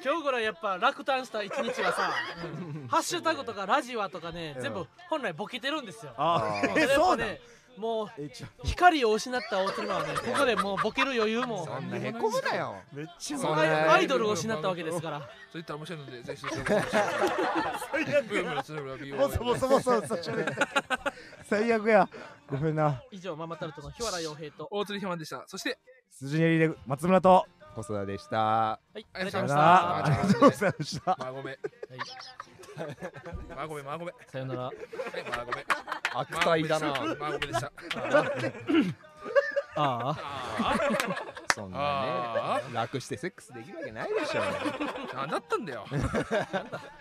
今日ぐらいやっぱ落胆した一日はさ ハッシュタグとかラジワとかね全部本来ボケてるんですよ
あーえ
やっ
そ
ぱ
うなん
ねもう
えちょ
光を失った大人はねここでもうボケる余裕も
そんなへこむなよ
めっちゃ
その
そんな
アイドルを失ったわけですから
そういったら面白いのでぜひブームのつぶやきを
ボソボソボソボソ喋って最悪やごめんな
以上ママタルトの日原洋平と
大鶴ひまんでしたそして
辻練りで松村と
細田でした
はい
ありがと
さ
う
よ
ご
な
ざい
らありがとうご
ました
ざいました
マーゴメマーゴメマーゴメ
さよなら
はいマーゴメ
悪
マーゴメ
態
でし
だ
た
な
マーゴメでした
ああ
あー
そんな
あ
ね楽してセックスできるわけないでしょ
何だったんだよ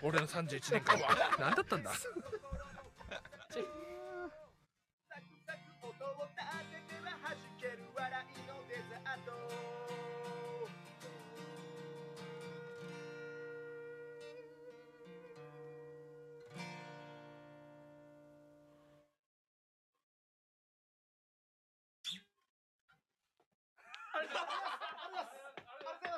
俺の31年間は何だったんだ
ありがとうございます。